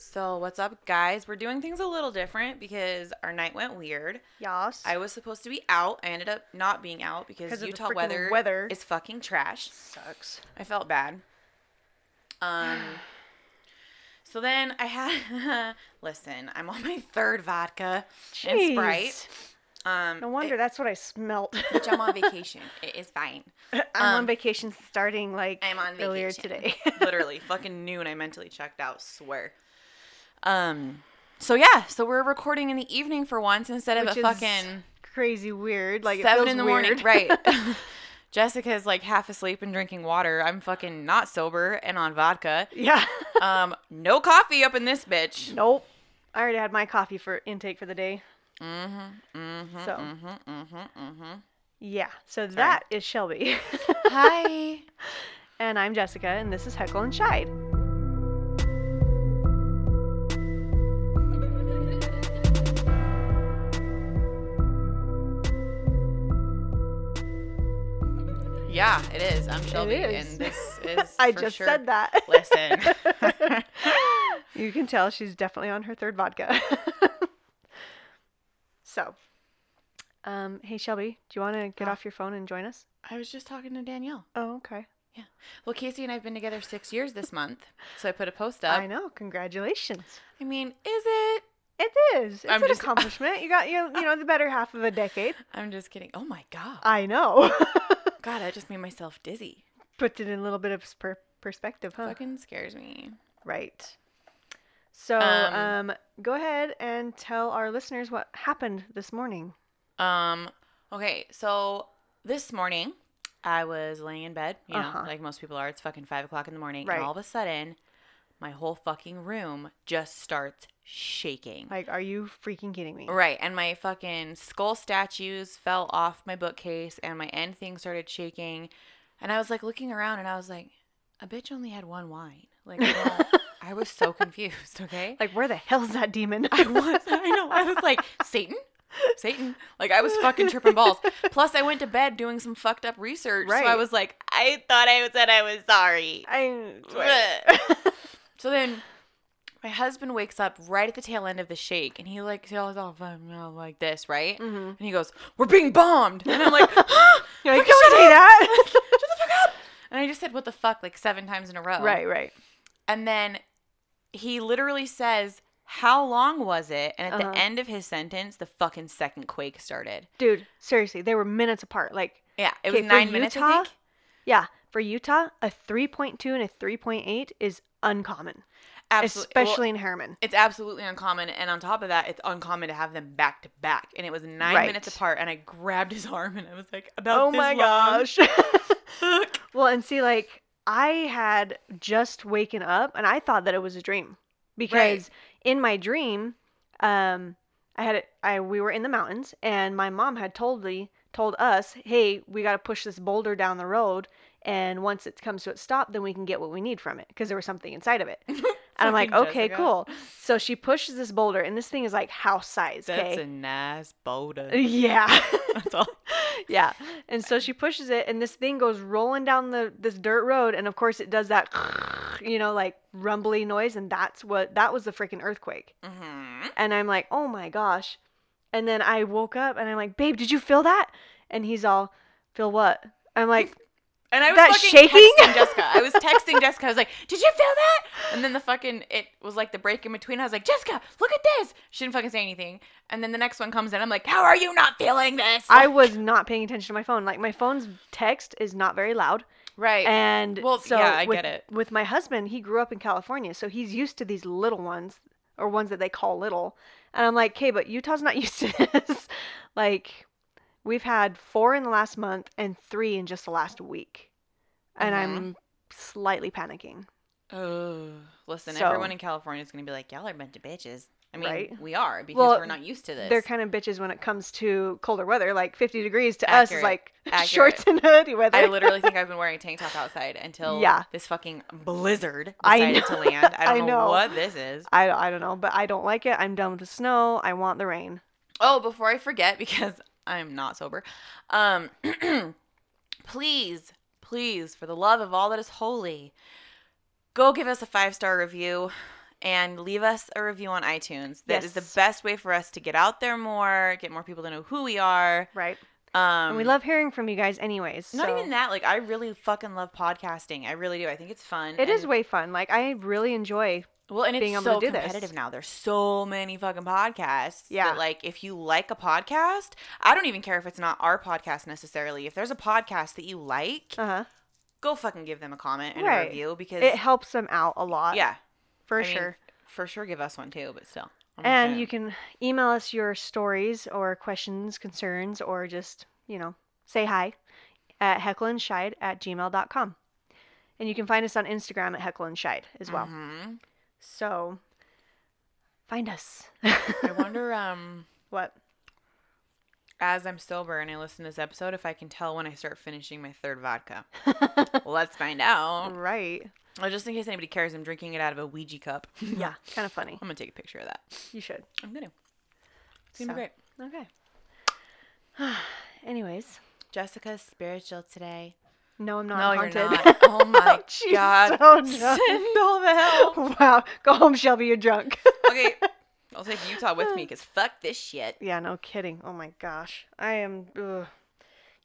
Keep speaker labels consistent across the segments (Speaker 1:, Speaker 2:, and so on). Speaker 1: So, what's up, guys? We're doing things a little different because our night went weird.
Speaker 2: Yas.
Speaker 1: I was supposed to be out. I ended up not being out because
Speaker 2: 'Cause of the
Speaker 1: Utah
Speaker 2: frickin'
Speaker 1: weather,
Speaker 2: weather.
Speaker 1: is fucking trash.
Speaker 2: sucks.
Speaker 1: I felt bad. Um. So then I had listen. I'm on my third vodka and Sprite. Um,
Speaker 2: No wonder that's what I smelt.
Speaker 1: Bitch, I'm on vacation. It is fine.
Speaker 2: I'm
Speaker 1: um,
Speaker 2: on vacation starting like
Speaker 1: I'm on
Speaker 2: earlier
Speaker 1: vacation.
Speaker 2: today.
Speaker 1: Literally, fucking noon. I mentally checked out. Swear. Um. So yeah. So we're recording in the evening for once instead of
Speaker 2: Which
Speaker 1: a
Speaker 2: is
Speaker 1: fucking
Speaker 2: crazy weird. Like it
Speaker 1: seven
Speaker 2: feels
Speaker 1: in the morning.
Speaker 2: weird.
Speaker 1: Right. Jessica's like half asleep and drinking water. I'm fucking not sober and on vodka.
Speaker 2: yeah.
Speaker 1: Um, no coffee up in this bitch.
Speaker 2: nope. I already had my coffee for intake for the day. Mm-hmm. so. Mm-hmm. Mm-hmm. Yeah. So that is Shelby.
Speaker 1: Hi.
Speaker 2: and I'm Jessica, and this is Heckle and Shide.
Speaker 1: Yeah, it is. I'm Shelby,
Speaker 2: is.
Speaker 1: and this is.
Speaker 2: I
Speaker 1: for
Speaker 2: just
Speaker 1: sure-
Speaker 2: said that.
Speaker 1: Listen.
Speaker 2: you can tell she's definitely on her third vodka. so, um, hey Shelby, do you want to get
Speaker 1: Huh?
Speaker 2: off your phone and join us?
Speaker 1: I was just talking to Danielle.
Speaker 2: Oh, okay.
Speaker 1: Well, Casey and I've been together six years this month, so I put a post up.
Speaker 2: I
Speaker 1: I,
Speaker 2: know. Congratulations.
Speaker 1: mean, is it?
Speaker 2: It is. It's
Speaker 1: I'm
Speaker 2: an
Speaker 1: just-
Speaker 2: accomplishment. You got you you know the better half of a decade.
Speaker 1: I'm just kidding. Oh my god,
Speaker 2: I know.
Speaker 1: God, I just made myself dizzy.
Speaker 2: Put it in a little bit of per- perspective, huh?
Speaker 1: Fucking scares me.
Speaker 2: Right. So,
Speaker 1: Um,
Speaker 2: um, go ahead and tell our listeners what happened this morning.
Speaker 1: Um. Okay, so this morning I was laying in bed, you
Speaker 2: Uh-huh.
Speaker 1: know, like most people are. It's fucking five o'clock in the morning,
Speaker 2: Right.
Speaker 1: and all of a sudden, my whole fucking room just starts shaking.
Speaker 2: Like, are you freaking kidding me?
Speaker 1: Right, and my fucking skull statues fell off my bookcase, and my end thing started shaking, and I was like looking around, and I was like, "A bitch only had one wine." Like, I don't- I was so confused. Okay,
Speaker 2: Like, where the hell's that demon?
Speaker 1: I was, I know, I was like, "Satan, Satan!" Like, I was fucking tripping balls. Plus, I went to bed doing some fucked up research, so I
Speaker 2: Right.
Speaker 1: was like, "I thought I said I was sorry."
Speaker 2: I
Speaker 1: Bleh. so then my husband wakes up right at the tail end of the shake and he like yells off um, uh, like this, right?
Speaker 2: Mm-hmm.
Speaker 1: And he goes, We're being bombed. And I'm like, "Huh?
Speaker 2: You're like,
Speaker 1: Fucking
Speaker 2: don't
Speaker 1: shut
Speaker 2: say
Speaker 1: up.
Speaker 2: that.
Speaker 1: Shut the fuck up. And I just said, What the fuck? like seven times in a row.
Speaker 2: Right, right.
Speaker 1: And then he literally says, How long was it? And at
Speaker 2: Uh-huh.
Speaker 1: the end of his sentence, the fucking second quake started.
Speaker 2: Dude, seriously, they were minutes apart. Like,
Speaker 1: Yeah, it
Speaker 2: Okay,
Speaker 1: was
Speaker 2: for
Speaker 1: nine minutes, I
Speaker 2: Utah,
Speaker 1: think.
Speaker 2: yeah, for Utah, a 3.2 and a 3.8 is uncommon,
Speaker 1: Absolutely. well,
Speaker 2: especially in Harriman.
Speaker 1: it's absolutely uncommon and on top of that it's uncommon to have them back to back and it was nine
Speaker 2: Right.
Speaker 1: minutes apart and i grabbed his arm and i was like about
Speaker 2: Oh
Speaker 1: this
Speaker 2: my
Speaker 1: long."
Speaker 2: gosh. well, and see, like, I had just waken up and I thought that it was a dream because in my dream, um, I had it. I we were in the mountains, and my mom had told the told us, "Hey, we got to push this boulder down the road, and once it comes to its stop, then we can get what we need from it because there was something inside of it." and I'm like,
Speaker 1: Fucking
Speaker 2: "Okay,
Speaker 1: Jessica.
Speaker 2: cool." So she pushes this boulder, and this thing is like house size.
Speaker 1: that's
Speaker 2: Okay.
Speaker 1: a nice boulder
Speaker 2: yeah.
Speaker 1: that's all
Speaker 2: Yeah. And so she pushes it and this thing goes rolling down the this dirt road and of course it does that you know like rumbly noise and that's what that was the freaking earthquake.
Speaker 1: hmm
Speaker 2: And I'm like, "Oh my gosh." And then I woke up and I'm like, "Babe, did you feel that?" And he's all, "Feel what?" I'm like,
Speaker 1: and i was
Speaker 2: That
Speaker 1: fucking
Speaker 2: shaking?
Speaker 1: texting jessica i was texting jessica i was like did you feel that and then the fucking it was like the break in between i was like jessica look at this she didn't fucking say anything and then the next one comes in i'm like how are you not feeling this
Speaker 2: "I was not paying attention to my phone. Like my phone's text is not very loud."
Speaker 1: right
Speaker 2: And
Speaker 1: Well,
Speaker 2: so
Speaker 1: yeah, I
Speaker 2: with,
Speaker 1: get it.
Speaker 2: With my husband, he grew up in California, so he's used to these little ones or ones that they call little. And I'm like, okay, but Utah's not used to this. like, we've had four in the last month and three in just the last week, and
Speaker 1: Mhm.
Speaker 2: I'm slightly panicking.
Speaker 1: Oh, listen,
Speaker 2: So-
Speaker 1: everyone in California is going to be like, y'all are a bunch of bitches. I mean,
Speaker 2: Right?
Speaker 1: we are because
Speaker 2: Well,
Speaker 1: we're not used to this.
Speaker 2: They're kind of bitches when it comes to colder weather. Like 50 degrees to us is
Speaker 1: Accurate.
Speaker 2: like
Speaker 1: Accurate.
Speaker 2: shorts and hoodie weather.
Speaker 1: I literally think I've been wearing a tank top outside until
Speaker 2: Yeah.
Speaker 1: this fucking blizzard
Speaker 2: I
Speaker 1: decided to
Speaker 2: know.
Speaker 1: land. I don't
Speaker 2: I
Speaker 1: know
Speaker 2: know.
Speaker 1: what this is.
Speaker 2: I, I don't know, but I don't like it. I'm done with the snow. I want the rain.
Speaker 1: Oh, before I forget, because I'm not sober, um, please, please, for the love of all that is holy, go give us a five star review and leave us a review on iTunes. That is
Speaker 2: Yes.
Speaker 1: the best way for us to get out there more, get more people to know who we are.
Speaker 2: Right.
Speaker 1: Um,
Speaker 2: and we love hearing from you guys, anyways.
Speaker 1: not
Speaker 2: so-
Speaker 1: even that. Like I really fucking love podcasting. I really do. I think it's fun.
Speaker 2: It is
Speaker 1: and-
Speaker 2: way fun. Like I really enjoy.
Speaker 1: Well, and
Speaker 2: being
Speaker 1: it's
Speaker 2: able
Speaker 1: so
Speaker 2: to do this.
Speaker 1: competitive now. There's so many fucking podcasts.
Speaker 2: Yeah.
Speaker 1: That, like, if you like a podcast, I don't even care if it's not our podcast necessarily. If there's a podcast that you like,
Speaker 2: Uh huh.
Speaker 1: go fucking give them a comment and a
Speaker 2: Right.
Speaker 1: review because, uh,
Speaker 2: It helps them out a lot.
Speaker 1: yeah,
Speaker 2: for
Speaker 1: I mean, oh
Speaker 2: sure.
Speaker 1: for sure, give us one too. But still, I'm not
Speaker 2: and
Speaker 1: gonna-
Speaker 2: you can email us your stories or questions, concerns, or just you know say hi at heckleandshide at gmail.com. And you can find us on Instagram at heckleandshide as well.
Speaker 1: Mhm.
Speaker 2: So find us.
Speaker 1: I wonder, um,
Speaker 2: what?
Speaker 1: as I'm sober and I listen to this episode, if I can tell when I start finishing my third vodka. Let's find out.
Speaker 2: Right.
Speaker 1: Well, just in case anybody cares, I'm drinking it out of a Ouija cup. I'm
Speaker 2: Yeah. Kind of funny.
Speaker 1: gonna take a picture of that.
Speaker 2: You should.
Speaker 1: I'm gonna. It's gonna
Speaker 2: So.
Speaker 1: be great.
Speaker 2: Okay. Anyways,
Speaker 1: Jessica's spiritual today.
Speaker 2: no, I'm not
Speaker 1: no,
Speaker 2: haunted.
Speaker 1: you're not. Oh my
Speaker 2: She's
Speaker 1: god.
Speaker 2: so drunk.
Speaker 1: Send all the help.
Speaker 2: Wow. Go home, Shelby. You're drunk.
Speaker 1: Okay. I'll take Utah with me because fuck this shit.
Speaker 2: yeah, no kidding. Oh my gosh. I am. Ugh.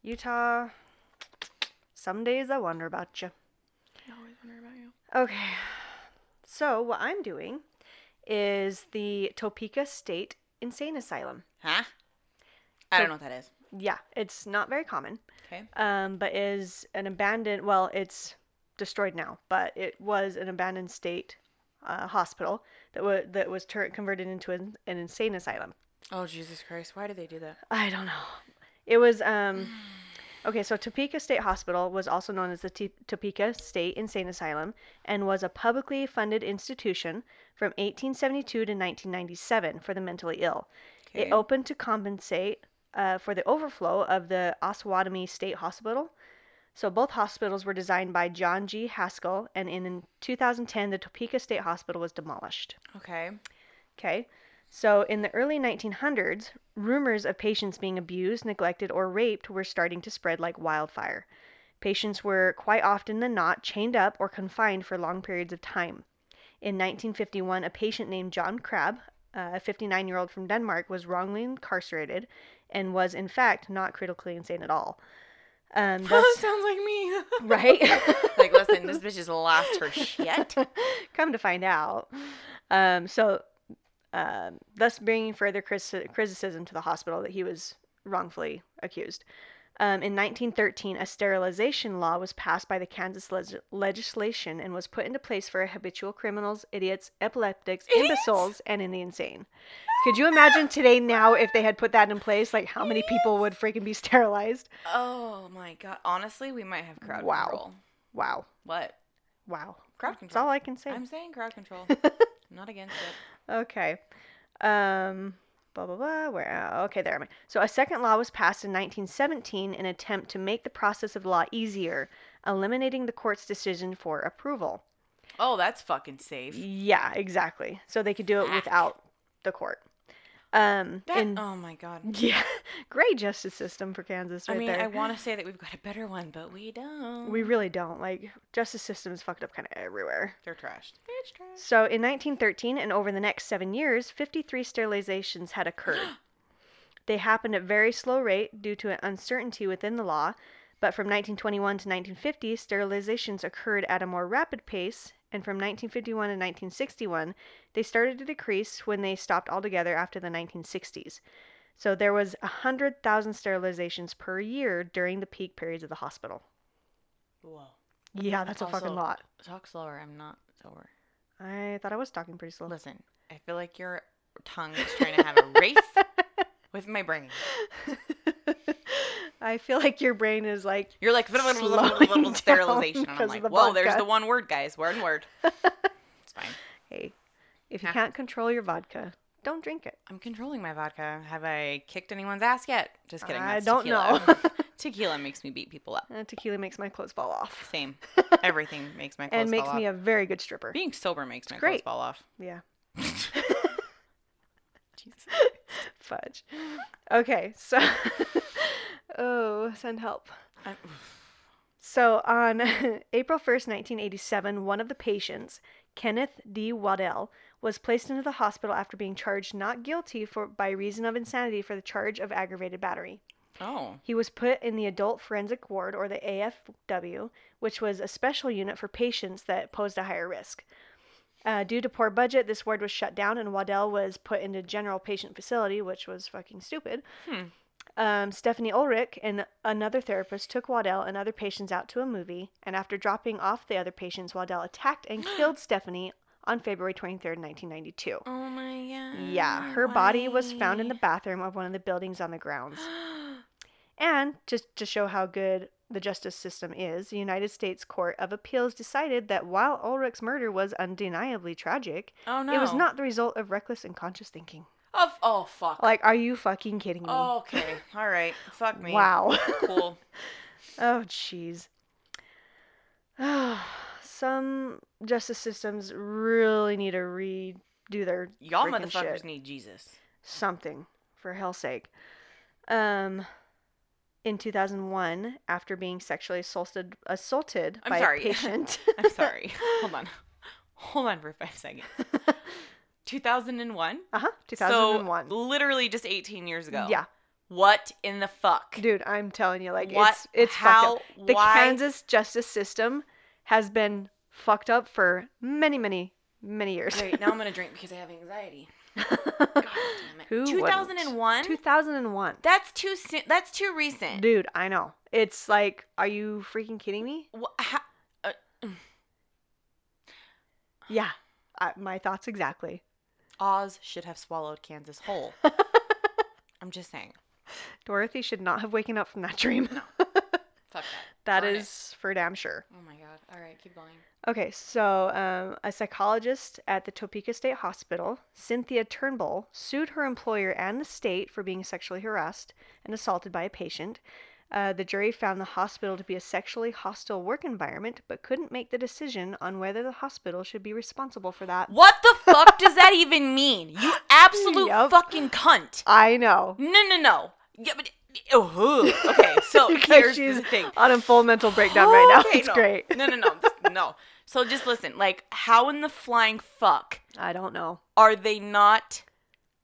Speaker 2: Utah. Some days I wonder about you.
Speaker 1: I always wonder about you.
Speaker 2: Okay. So, what I'm doing is the Topeka State Insane Asylum.
Speaker 1: Huh? I don't know what that is.
Speaker 2: Yeah, it's not very common.
Speaker 1: Okay.
Speaker 2: um, but is an abandoned. Well, it's destroyed now, but it was an abandoned state uh, hospital that was that was tur converted into an, an insane asylum.
Speaker 1: Oh Jesus Christ! Why did they do that?
Speaker 2: I don't know. It was um, okay. So Topeka State Hospital was also known as the T- Topeka State Insane Asylum and was a publicly funded institution from 1872 to 1997 for the mentally ill. It opened to compensate uh, for the overflow of the Osawatomie State Hospital. So both hospitals were designed by John G. Haskell, and in, in 2010, the Topeka State Hospital was demolished.
Speaker 1: okay.
Speaker 2: Okay. So in the early 1900s, rumors of patients being abused, neglected, or raped were starting to spread like wildfire. Patients were quite often than not chained up or confined for long periods of time. In 1951, a patient named John Crabb, uh, a 59 year old from Denmark, was wrongly incarcerated and was, in fact, not critically insane at all. Um, thus-
Speaker 1: sounds like me.
Speaker 2: right?
Speaker 1: like, listen, this bitch has lost her shit.
Speaker 2: Come to find out. Um, so, um, thus bringing further criti- criticism to the hospital that he was wrongfully accused. Um, in 1913, a sterilization law was passed by the Kansas leg- legislation and was put into place for habitual criminals, idiots, epileptics,
Speaker 1: Idiots?
Speaker 2: imbeciles, and in the insane. Could you imagine today now if they had put that in place? Like how many people would freaking be sterilized?
Speaker 1: Oh my god. Honestly, we might have crowd
Speaker 2: Wow.
Speaker 1: control.
Speaker 2: Wow,
Speaker 1: What?
Speaker 2: wow.
Speaker 1: Crowd
Speaker 2: That's
Speaker 1: control.
Speaker 2: all I can say.
Speaker 1: I'm saying crowd control. I'm not against it.
Speaker 2: Okay. Um, blah, blah, blah. Where? uh, Okay, there. am I. So, a second law was passed in 1917 in attempt to make the process of law easier, eliminating the court's decision for approval.
Speaker 1: Oh, that's fucking safe.
Speaker 2: Yeah, exactly. So they could do it
Speaker 1: Fuck.
Speaker 2: without the court. Um,
Speaker 1: That,
Speaker 2: and-
Speaker 1: oh my god.
Speaker 2: yeah, great justice system for Kansas right
Speaker 1: I mean,
Speaker 2: there.
Speaker 1: I want to say that we've got a better one, but we don't.
Speaker 2: we really don't like justice system is fucked up kind of everywhere.
Speaker 1: They're trashed. It's trash.
Speaker 2: So in 1913 and over the next seven years, 53 sterilizations had occurred. they happened at very slow rate due to an uncertainty within the law, but from 1921 to 1950, sterilizations occurred at a more rapid pace, and from 1951 to 1961, they started to decrease when they stopped altogether after the 1960s. So there was 100,000 sterilizations per year during the peak periods of the hospital.
Speaker 1: Whoa.
Speaker 2: Yeah, that's a fucking
Speaker 1: Also-
Speaker 2: lot.
Speaker 1: Talk slower. I'm not sober.
Speaker 2: I thought I was talking pretty slow.
Speaker 1: Listen, I feel like your tongue is trying to have a race with my brain.
Speaker 2: I feel like your brain is like,
Speaker 1: You're like
Speaker 2: Slowing down
Speaker 1: sterilization, and I'm
Speaker 2: 'cause
Speaker 1: like,
Speaker 2: of the
Speaker 1: whoa, there's
Speaker 2: vodka."
Speaker 1: the one word, guys. Word and word. It's fine.
Speaker 2: hey, if you
Speaker 1: Yeah.
Speaker 2: can't control your vodka, don't drink it.
Speaker 1: I'm controlling my vodka. Have I kicked anyone's ass yet? Just kidding.
Speaker 2: I
Speaker 1: that's
Speaker 2: don't
Speaker 1: tequila.
Speaker 2: know.
Speaker 1: tequila makes me beat people up.
Speaker 2: Uh, tequila makes my clothes fall off
Speaker 1: Same. Everything makes my clothes
Speaker 2: and makes
Speaker 1: fall
Speaker 2: me
Speaker 1: off.
Speaker 2: a very good stripper.
Speaker 1: Being sober makes my
Speaker 2: great.
Speaker 1: clothes fall off.
Speaker 2: Yeah,
Speaker 1: Jesus.
Speaker 2: fudge. Okay, so oh, send help.
Speaker 1: I'm-
Speaker 2: So on April 1st, 1987, one of the patients, Kenneth D. Waddell, was placed into the hospital after being charged not guilty for by reason of insanity for the charge of aggravated battery.
Speaker 1: Oh.
Speaker 2: He was put in the adult forensic ward, or the AFW, which was a special unit for patients that posed a higher risk. Uh, due to poor budget, this ward was shut down, and Waddell was put into general patient facility, which was fucking stupid.
Speaker 1: Hmm.
Speaker 2: Um, Stephanie Ulrich and another therapist took Waddell and other patients out to a movie, and after dropping off the other patients, Waddell attacked and killed Stephanie on February 23rd, 1992.
Speaker 1: Oh my god.
Speaker 2: Yeah, her body was found in the bathroom of one of the buildings on the grounds. And just to show how good the justice system is, the United States Court of Appeals decided that while Ulrich's murder was undeniably tragic,
Speaker 1: oh no.
Speaker 2: it was not the result of reckless and conscious thinking.
Speaker 1: Of oh fuck.
Speaker 2: Like, are you fucking kidding me?
Speaker 1: okay. All right. Oh, Fuck me.
Speaker 2: wow.
Speaker 1: Cool.
Speaker 2: oh, jeez. Some justice systems really need to redo their
Speaker 1: Y'all
Speaker 2: Freaking
Speaker 1: motherfuckers
Speaker 2: shit.
Speaker 1: need Jesus.
Speaker 2: something for hell's sake. Um, in 2001, after being sexually assaulted assaulted
Speaker 1: I'm
Speaker 2: by
Speaker 1: sorry.
Speaker 2: a patient,
Speaker 1: I'm sorry. Hold on. Hold on for five seconds. 2001?
Speaker 2: uh huh, 2001.
Speaker 1: So literally just 18 years ago.
Speaker 2: yeah,
Speaker 1: What in the fuck?
Speaker 2: dude, I'm telling you, like
Speaker 1: what?
Speaker 2: it's it's
Speaker 1: how?
Speaker 2: fucked up. The
Speaker 1: why?
Speaker 2: Kansas justice system has been fucked up for many, many, many years.
Speaker 1: Wait, now I'm gonna drink because I have anxiety. God damn it.
Speaker 2: Who wouldn't?
Speaker 1: 2001?
Speaker 2: 2001,
Speaker 1: That's too soon. That's too recent.
Speaker 2: dude, I know. It's like, are you freaking kidding me?
Speaker 1: Wha- ha-
Speaker 2: Yeah, I, my thoughts exactly.
Speaker 1: Oz should have swallowed Kansas whole. I'm just saying.
Speaker 2: Dorothy should not have waken up from that dream.
Speaker 1: Fuck
Speaker 2: That
Speaker 1: Darn it.
Speaker 2: is for damn sure.
Speaker 1: that. Oh my god. All right, keep going.
Speaker 2: Okay, so um, a psychologist at the Topeka State Hospital, Cynthia Turnbull, sued her employer and the state for being sexually harassed and assaulted by a patient. Uh, the jury found the hospital to be a sexually hostile work environment, but couldn't make the decision on whether the hospital should be responsible for that.
Speaker 1: What the fuck does that even mean? You absolute
Speaker 2: Yup.
Speaker 1: fucking cunt.
Speaker 2: I know.
Speaker 1: No, no, no. Yeah, but oh, huh. okay. So
Speaker 2: Because
Speaker 1: here's
Speaker 2: she's
Speaker 1: the thing. Oh,
Speaker 2: on a full mental breakdown right now.
Speaker 1: Okay,
Speaker 2: it's
Speaker 1: no.
Speaker 2: great.
Speaker 1: No, no, no, This- no. So just listen. Like, how in the flying fuck
Speaker 2: I don't know.
Speaker 1: are they not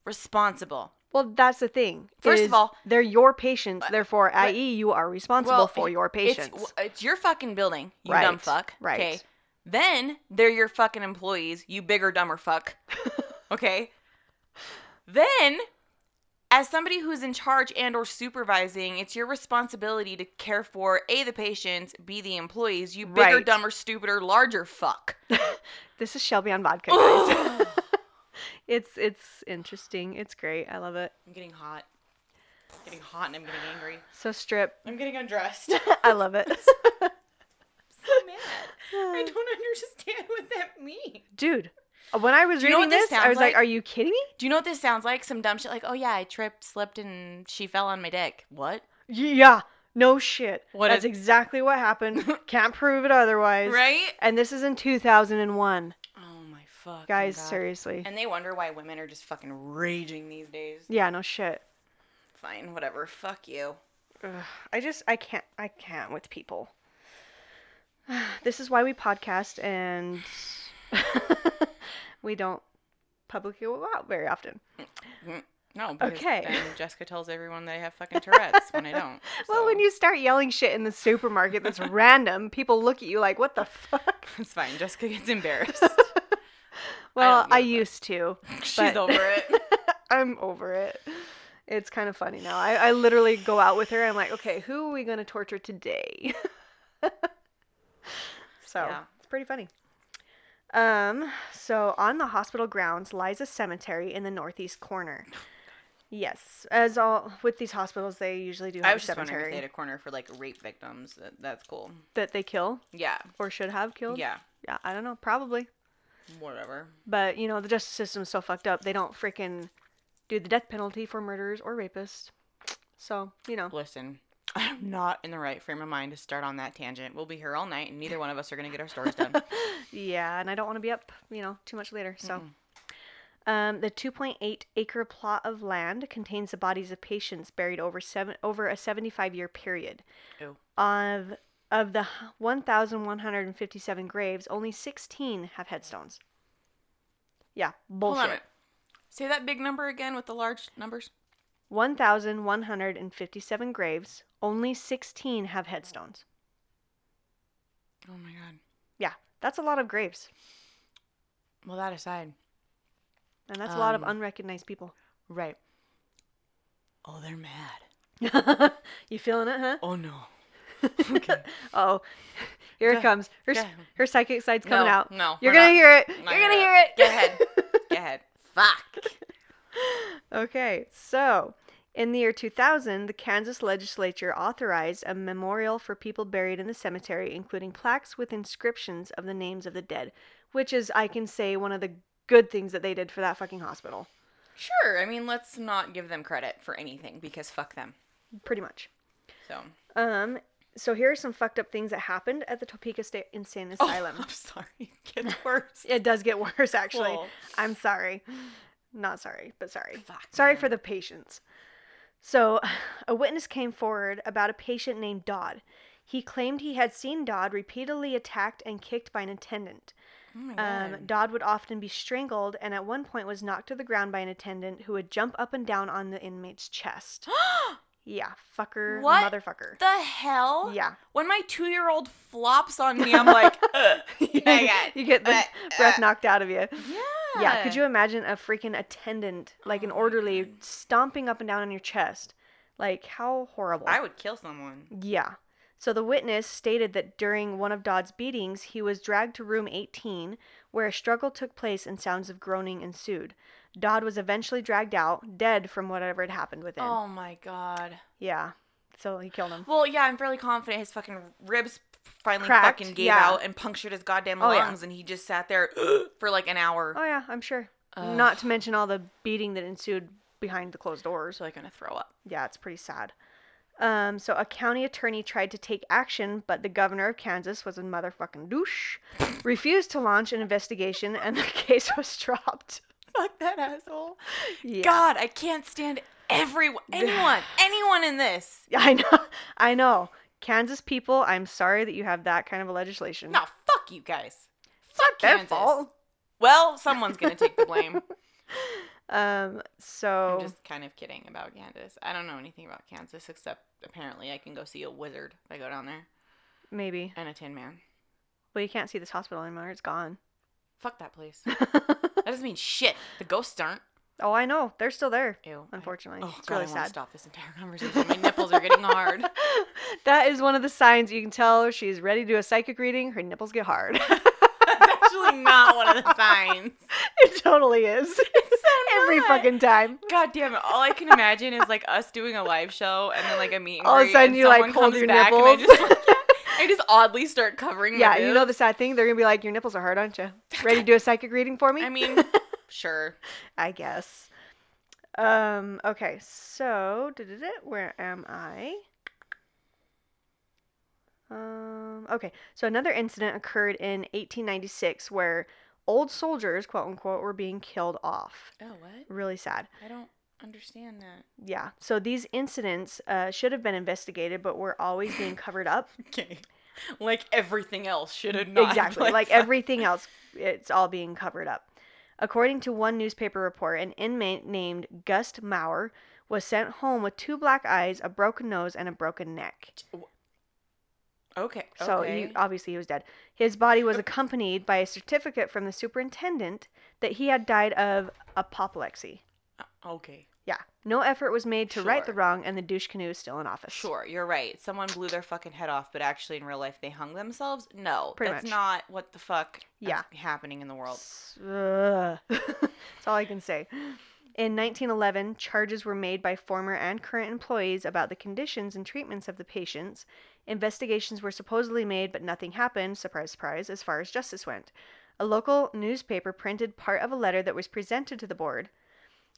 Speaker 1: responsible?
Speaker 2: Well, that's the thing.
Speaker 1: First
Speaker 2: is
Speaker 1: of all-
Speaker 2: they're your patients, therefore,
Speaker 1: but-
Speaker 2: i.e., you are responsible for your
Speaker 1: it's-
Speaker 2: patients.
Speaker 1: It's your fucking building, you
Speaker 2: Right,
Speaker 1: dumb fuck.
Speaker 2: right.
Speaker 1: Okay. Then they're your fucking employees, you bigger, dumber fuck. okay. Then, as somebody who's in charge and or supervising, it's your responsibility to care for a the patients, b the employees, you bigger,
Speaker 2: Right.
Speaker 1: dumber, stupider, larger fuck.
Speaker 2: This is Shelby on vodka, guys. it's it's interesting. It's great. I love it.
Speaker 1: I'm getting hot. I'm getting hot and I'm getting angry.
Speaker 2: So strip.
Speaker 1: I'm getting undressed. I'm
Speaker 2: I love it.
Speaker 1: so mad. I don't understand what that means.
Speaker 2: Dude, when I was
Speaker 1: You know
Speaker 2: reading
Speaker 1: what this
Speaker 2: this, I
Speaker 1: sounds
Speaker 2: was like,
Speaker 1: like?
Speaker 2: "Are you kidding me?
Speaker 1: Do you know what this sounds like? Some dumb shit like, oh yeah, I tripped, slipped, and she fell on my dick. What?
Speaker 2: Yeah, no shit.
Speaker 1: What
Speaker 2: That's
Speaker 1: is-
Speaker 2: exactly what happened. Can't prove it otherwise.
Speaker 1: Right?
Speaker 2: And this is in 2001,
Speaker 1: Oh my fuck.
Speaker 2: guys. Seriously.
Speaker 1: And they wonder why women are just fucking raging these days.
Speaker 2: Yeah, no shit.
Speaker 1: Fine, whatever. Fuck you.
Speaker 2: Ugh, I just I can't I can't with people. this is why we podcast and we don't publicly go out very often.
Speaker 1: Mm, No, because
Speaker 2: Okay.
Speaker 1: then Jessica tells everyone that I have fucking Tourette's when I don't.
Speaker 2: Well, when
Speaker 1: so
Speaker 2: you start yelling shit in the supermarket that's random, people look at you like, "What the fuck?"
Speaker 1: it's fine. Jessica gets embarrassed.
Speaker 2: Well,
Speaker 1: don't
Speaker 2: I,
Speaker 1: give a
Speaker 2: used to.
Speaker 1: She's
Speaker 2: But-
Speaker 1: over it.
Speaker 2: I'm over it. It's kind of funny now. I, I literally go out with her. I'm like, okay, who are we gonna torture today? so
Speaker 1: Yeah.
Speaker 2: it's pretty funny. Um, so on the hospital grounds lies a cemetery in the northeast corner.
Speaker 1: Oh,
Speaker 2: Yes, as all with these hospitals, they usually do have
Speaker 1: I was
Speaker 2: a
Speaker 1: just wondering if
Speaker 2: cemetery
Speaker 1: they had a corner for like rape victims. That- That's cool.
Speaker 2: that they kill
Speaker 1: Yeah.
Speaker 2: or should have killed.
Speaker 1: Yeah.
Speaker 2: yeah, I don't know, probably.
Speaker 1: Whatever.
Speaker 2: But you know, the justice system is so fucked up. They don't freaking do the death penalty for murderers or rapists. So you know,
Speaker 1: Listen, I'm not in the right frame of mind to start on that tangent. We'll be here all night, and neither one of us are going to get our stories done.
Speaker 2: Yeah, and I don't want to be up, you know, too much later. So, um, the 2.8 acre plot of land contains the bodies of patients buried over seven over a 75 year period
Speaker 1: Ew.
Speaker 2: of Of the h- 1,157 graves, only 16 have headstones. Yeah,
Speaker 1: Hold on a
Speaker 2: bullshit.
Speaker 1: minute. Say that big number again with the large numbers.
Speaker 2: 1,157 graves, only 16 have headstones.
Speaker 1: Oh my god.
Speaker 2: That's a lot of graves,
Speaker 1: Well, that aside,
Speaker 2: and that's a lot of
Speaker 1: Um,
Speaker 2: unrecognized people.
Speaker 1: right. Oh, they're mad.
Speaker 2: you feeling it, huh?
Speaker 1: Oh no. okay.
Speaker 2: Oh, here
Speaker 1: Go-
Speaker 2: it comes. Her,
Speaker 1: Go
Speaker 2: s-
Speaker 1: ahead.
Speaker 2: her psychic side's coming
Speaker 1: no,
Speaker 2: out.
Speaker 1: No.
Speaker 2: You're
Speaker 1: we're
Speaker 2: gonna
Speaker 1: not.
Speaker 2: hear it. You're
Speaker 1: not
Speaker 2: gonna,
Speaker 1: gonna-
Speaker 2: hear it.
Speaker 1: Go ahead. Go ahead. Fuck.
Speaker 2: Okay, so in the year 2000, the Kansas legislature authorized a memorial for people buried in the cemetery, including plaques with inscriptions of the names of the dead, which is, I can say, one of the good things that they did for that fucking hospital.
Speaker 1: Sure. I mean, let's not give them credit for anything because fuck them.
Speaker 2: Pretty much.
Speaker 1: So.
Speaker 2: Um, so here are some fucked up things that happened at the Topeka State Insane
Speaker 1: Oh,
Speaker 2: Asylum.
Speaker 1: I'm sorry. It gets worse.
Speaker 2: It does get worse, actually.
Speaker 1: Well,
Speaker 2: I'm sorry. Not sorry, but sorry.
Speaker 1: fuck,
Speaker 2: Sorry
Speaker 1: man.
Speaker 2: for the patients. So, a witness came forward about a patient named Dodd. He claimed he had seen Dodd repeatedly attacked and kicked by an attendant.
Speaker 1: Oh my god.
Speaker 2: Um, Dodd would often be strangled and at one point was knocked to the ground by an attendant who would jump up and down on the inmate's chest. Yeah, fucker,
Speaker 1: What
Speaker 2: motherfucker.
Speaker 1: the hell?
Speaker 2: Yeah.
Speaker 1: When my two year old flops on me, I'm like, "Ugh." yeah.
Speaker 2: you get the
Speaker 1: uh,
Speaker 2: breath
Speaker 1: uh.
Speaker 2: knocked out of you.
Speaker 1: yeah.
Speaker 2: Yeah, could you imagine a freaking attendant, like an
Speaker 1: Oh my
Speaker 2: orderly,
Speaker 1: God.
Speaker 2: stomping up and down on your chest? Like, how horrible.
Speaker 1: I would kill someone.
Speaker 2: Yeah. So the witness stated that during one of Dodd's beatings, he was dragged to room 18, where a struggle took place and sounds of groaning ensued. Dodd was eventually dragged out, dead from whatever had happened with him.
Speaker 1: Oh my god.
Speaker 2: Yeah. So he killed him.
Speaker 1: Well, yeah, I'm fairly confident his fucking ribs finally
Speaker 2: Cracked,
Speaker 1: fucking gave
Speaker 2: yeah.
Speaker 1: out and punctured his goddamn
Speaker 2: Oh, yeah.
Speaker 1: lungs, and he just sat there for like an hour.
Speaker 2: Oh, yeah, I'm sure.
Speaker 1: Ugh.
Speaker 2: Not to mention all the beating that ensued behind the closed doors.
Speaker 1: So I'm gonna throw up.
Speaker 2: Yeah, it's pretty sad. Um, so a county attorney tried to take action, but the governor of Kansas was a motherfucking douche, refused to launch an investigation, and the case was dropped.
Speaker 1: Fuck that asshole.
Speaker 2: Yeah.
Speaker 1: God, I can't stand everyone, anyone, anyone in this.
Speaker 2: Yeah, I know. I know. Kansas people, I'm sorry that you have that kind of a legislation.
Speaker 1: No, fuck you guys.
Speaker 2: it's not their
Speaker 1: Kansas.
Speaker 2: fault.
Speaker 1: Well, someone's gonna take the blame.
Speaker 2: Um, so
Speaker 1: I'm just kind of kidding about Kansas. I don't know anything about Kansas except apparently I can go see a wizard if I go down there
Speaker 2: maybe.
Speaker 1: and a tin man.
Speaker 2: Well, you can't see this hospital anymore. It's gone.
Speaker 1: Fuck that place. that doesn't mean shit. The ghosts aren't.
Speaker 2: oh, I know. They're still there.
Speaker 1: Ew. I-
Speaker 2: Unfortunately,
Speaker 1: Oh,
Speaker 2: it's
Speaker 1: God,
Speaker 2: really
Speaker 1: I won't
Speaker 2: sad.
Speaker 1: stop this entire conversation. My nipples are getting hard.
Speaker 2: that is one of the signs you can tell she's ready to do a psychic reading. Her nipples get hard.
Speaker 1: That's actually not one of the signs.
Speaker 2: it totally is.
Speaker 1: It's so
Speaker 2: Every
Speaker 1: not.
Speaker 2: fucking time.
Speaker 1: God damn it! All I can imagine is like us doing a live show and then like a meet and
Speaker 2: All of a
Speaker 1: greet
Speaker 2: sudden
Speaker 1: and
Speaker 2: you, like,
Speaker 1: someone
Speaker 2: hold
Speaker 1: comes
Speaker 2: your
Speaker 1: back and
Speaker 2: nipples.
Speaker 1: I just, like, I just oddly start covering. my
Speaker 2: yeah, you know
Speaker 1: boobs.
Speaker 2: the sad thing? They're going to be like, Your nipples are hard, aren't you? Ready to do a psychic reading for me?
Speaker 1: I mean, sure.
Speaker 2: I guess. Um, okay, so da-da-da, where am I? Um, okay, so another incident occurred in 1896 where old soldiers, quote unquote, were being killed off.
Speaker 1: Oh what?
Speaker 2: Really sad.
Speaker 1: I don't understand that.
Speaker 2: Yeah. So these incidents uh, should have been investigated, but were always being covered up.
Speaker 1: Okay. Like everything else should have not.
Speaker 2: exactly. Like, everything else, it's all being covered up. According to one newspaper report, an inmate named Gust Maurer was sent home with two black eyes, a broken nose, and a broken neck.
Speaker 1: Okay.
Speaker 2: So
Speaker 1: okay.
Speaker 2: he, obviously he was dead. His body was accompanied by a certificate from the superintendent that he had died of apoplexy.
Speaker 1: Uh, okay.
Speaker 2: Yeah. No effort was made to right the
Speaker 1: Sure.
Speaker 2: wrong, and the douche canoe is still in office.
Speaker 1: Sure, you're right. Someone blew their fucking head off, but actually in real life they hung themselves. No,
Speaker 2: Pretty
Speaker 1: that's
Speaker 2: much.
Speaker 1: not what the fuck
Speaker 2: Yeah.
Speaker 1: is happening in the world.
Speaker 2: S- ugh. That's all I can say. In 1911, charges were made by former and current employees about the conditions and treatments of the patients. Investigations were supposedly made, but nothing happened, surprise, surprise, as far as justice went. A local newspaper printed part of a letter that was presented to the board.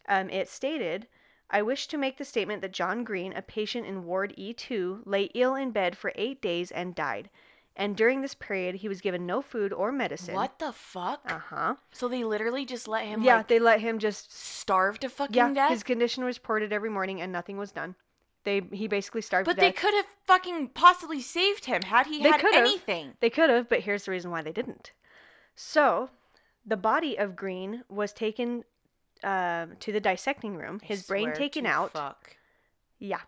Speaker 2: Um, it stated, I wish to make the statement that John Green, a patient in Ward E2, lay ill in bed for eight days and died. And during this period, he was given no food or medicine.
Speaker 1: What the fuck?
Speaker 2: Uh huh.
Speaker 1: so they literally just let him
Speaker 2: Yeah,
Speaker 1: like
Speaker 2: they let him just.
Speaker 1: starve to fucking
Speaker 2: Yeah,
Speaker 1: death.
Speaker 2: his condition was reported every morning and nothing was done. They he basically starved
Speaker 1: But
Speaker 2: to
Speaker 1: they
Speaker 2: death.
Speaker 1: could have fucking possibly saved him had he
Speaker 2: They
Speaker 1: had
Speaker 2: could've.
Speaker 1: anything.
Speaker 2: They could have, but here's the reason why they didn't. So, the body of Green was taken um, to the dissecting room,
Speaker 1: I
Speaker 2: his brain
Speaker 1: swear
Speaker 2: taken
Speaker 1: to
Speaker 2: out.
Speaker 1: Fuck.
Speaker 2: Yeah.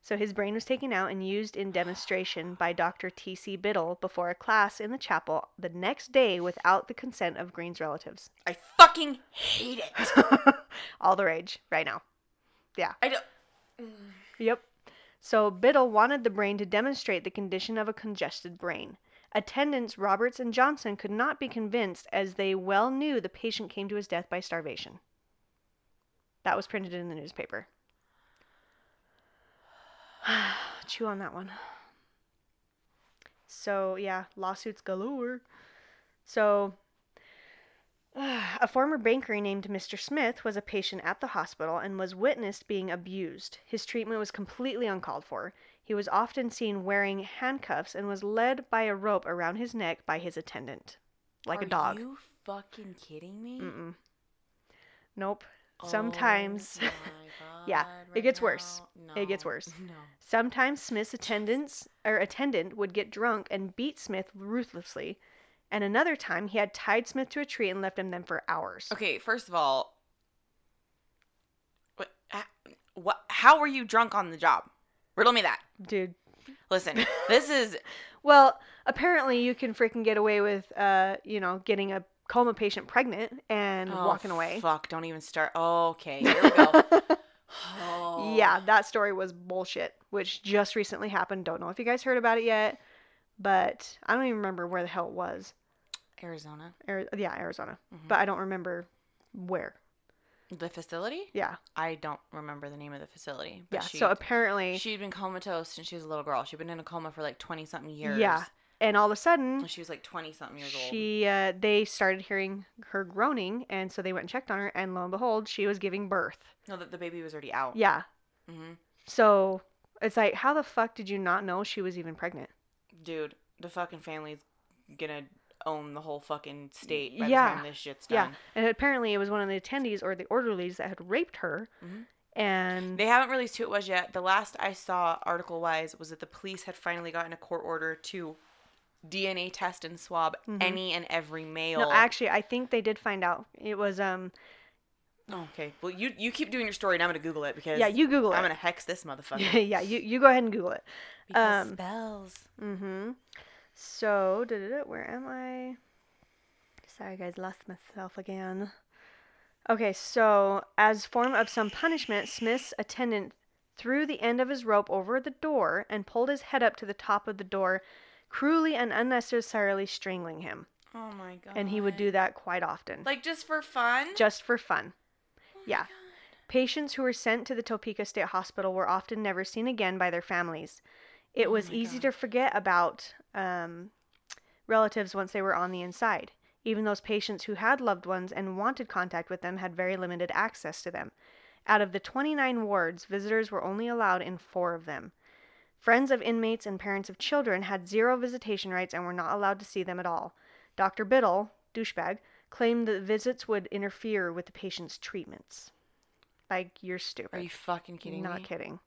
Speaker 2: So, his brain was taken out and used in demonstration by Dr. T.C. Biddle before a class in the chapel the next day without the consent of Green's relatives.
Speaker 1: I fucking hate it.
Speaker 2: All the rage right now.
Speaker 1: I don't.
Speaker 2: Yep. So Biddle wanted the brain to demonstrate the condition of a congested brain. Attendants Roberts and Johnson could not be convinced as they well knew the patient came to his death by starvation. That was printed in the newspaper. Chew on that one. So, yeah, lawsuits galore. So, a former banker named Mr. Smith was a patient at the hospital and was witnessed being abused. His treatment was completely uncalled for. He was often seen wearing handcuffs and was led by a rope around his neck by his attendant, like
Speaker 1: Are
Speaker 2: a dog.
Speaker 1: you fucking kidding me?
Speaker 2: Mm-mm. Nope.
Speaker 1: Oh
Speaker 2: Sometimes.
Speaker 1: my
Speaker 2: Yeah,
Speaker 1: God,
Speaker 2: it
Speaker 1: right
Speaker 2: gets worse.
Speaker 1: now?
Speaker 2: It gets
Speaker 1: No.
Speaker 2: worse.
Speaker 1: No.
Speaker 2: Sometimes Smith's attendants or attendant would get drunk and beat Smith ruthlessly, and another time he had tied Smith to a tree and left him then for hours.
Speaker 1: Okay, first of all, what, h- what? How were you drunk on the job? Riddle me that.
Speaker 2: Dude.
Speaker 1: Listen, this is
Speaker 2: Well, apparently you can freaking get away with uh, you know, getting a coma patient pregnant and
Speaker 1: Oh,
Speaker 2: walking away.
Speaker 1: Fuck! Don't even start. Oh, okay, here we go. Oh.
Speaker 2: Yeah, that story was bullshit, which just recently happened. Don't know if you guys heard about it yet, but I don't even remember where the hell it was.
Speaker 1: Arizona.
Speaker 2: Ari- yeah, Arizona.
Speaker 1: Mhm.
Speaker 2: But I don't remember where.
Speaker 1: the facility.
Speaker 2: Yeah.
Speaker 1: I don't remember the name of the facility. But
Speaker 2: Yeah.
Speaker 1: She,
Speaker 2: so apparently
Speaker 1: she'd been comatose since she was a little girl. She'd been in a coma for like twenty something years.
Speaker 2: Yeah. and all of a sudden
Speaker 1: When she was like twenty something years old.
Speaker 2: she uh, they started hearing her groaning and so they went and checked on her and lo and behold she was giving birth
Speaker 1: No, that the baby was already out.
Speaker 2: yeah
Speaker 1: hmm
Speaker 2: so it's like how the fuck did you not know she was even pregnant
Speaker 1: Dude, the fucking family's gonna own the whole fucking state by
Speaker 2: Yeah.
Speaker 1: the time this shit's
Speaker 2: Yeah.
Speaker 1: done.
Speaker 2: and apparently it was one of the attendees or the orderlies that had raped her
Speaker 1: Mhm.
Speaker 2: and
Speaker 1: They haven't released who it was yet. The last I saw article wise was that the police had finally gotten a court order to DNA test and swab
Speaker 2: Mhm.
Speaker 1: any and every male.
Speaker 2: no actually i think they did find out it was um
Speaker 1: Oh, okay. Well, you you keep doing your story, and I'm gonna Google it because
Speaker 2: yeah you google it
Speaker 1: I'm gonna hex this motherfucker.
Speaker 2: yeah you, you go ahead and google it
Speaker 1: Because
Speaker 2: Um,
Speaker 1: spells.
Speaker 2: Mm-hmm. So, da da da, where am I? Sorry, guys, lost myself again. Okay, so as form of some punishment, Smith's attendant threw the end of his rope over the door and pulled his head up to the top of the door, cruelly and unnecessarily strangling him.
Speaker 1: Oh my god.
Speaker 2: And he would do that quite often,
Speaker 1: like just for fun.
Speaker 2: just for fun.
Speaker 1: Oh my
Speaker 2: yeah.
Speaker 1: God.
Speaker 2: Patients who were sent to the Topeka State Hospital were often never seen again by their families. It
Speaker 1: Oh
Speaker 2: was
Speaker 1: my
Speaker 2: easy
Speaker 1: God.
Speaker 2: to forget about um, relatives once they were on the inside. Even those patients who had loved ones and wanted contact with them had very limited access to them. Out of the 29 wards, visitors were only allowed in four of them. Friends of inmates and parents of children had zero visitation rights and were not allowed to see them at all. Dr. Biddle, douchebag, claimed that visits would interfere with the patient's treatments. Like, you're stupid.
Speaker 1: Are you fucking kidding
Speaker 2: Not
Speaker 1: me?
Speaker 2: kidding.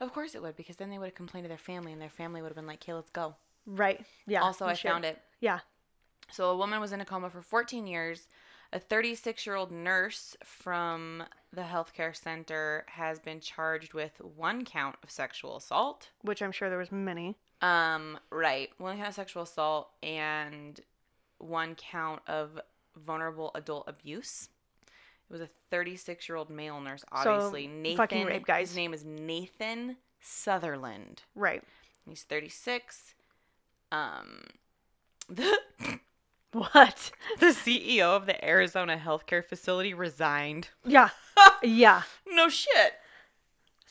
Speaker 1: Of course it would, because then they would have complained to their family, and their family would have been like, "Okay, let's go."
Speaker 2: Right. Yeah.
Speaker 1: also,
Speaker 2: you
Speaker 1: I
Speaker 2: should.
Speaker 1: found it.
Speaker 2: Yeah.
Speaker 1: So a woman was in a coma for 14 years. A 36-year-old nurse from the healthcare center has been charged with one count of sexual assault.
Speaker 2: Which I'm sure there was many.
Speaker 1: Um, right, one count of sexual assault and one count of vulnerable adult abuse. It was a 36-year-old male nurse, obviously. Nathan,
Speaker 2: fucking rape, guys.
Speaker 1: His name is Nathan Sutherland.
Speaker 2: Right.
Speaker 1: He's 36. Um, the,
Speaker 2: What?
Speaker 1: the CEO of the Arizona healthcare facility resigned.
Speaker 2: Yeah. yeah.
Speaker 1: No shit.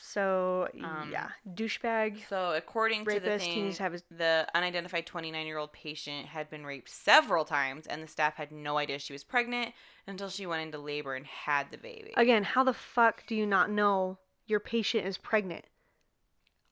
Speaker 2: So
Speaker 1: Um,
Speaker 2: yeah, douchebag,
Speaker 1: So, according to the
Speaker 2: rapist. He
Speaker 1: thing,
Speaker 2: needs to have his
Speaker 1: the unidentified 29 year old patient had been raped several times, and the staff had no idea she was pregnant until she went into labor and had the baby. Uh,
Speaker 2: again. How the fuck do you not know your patient is pregnant?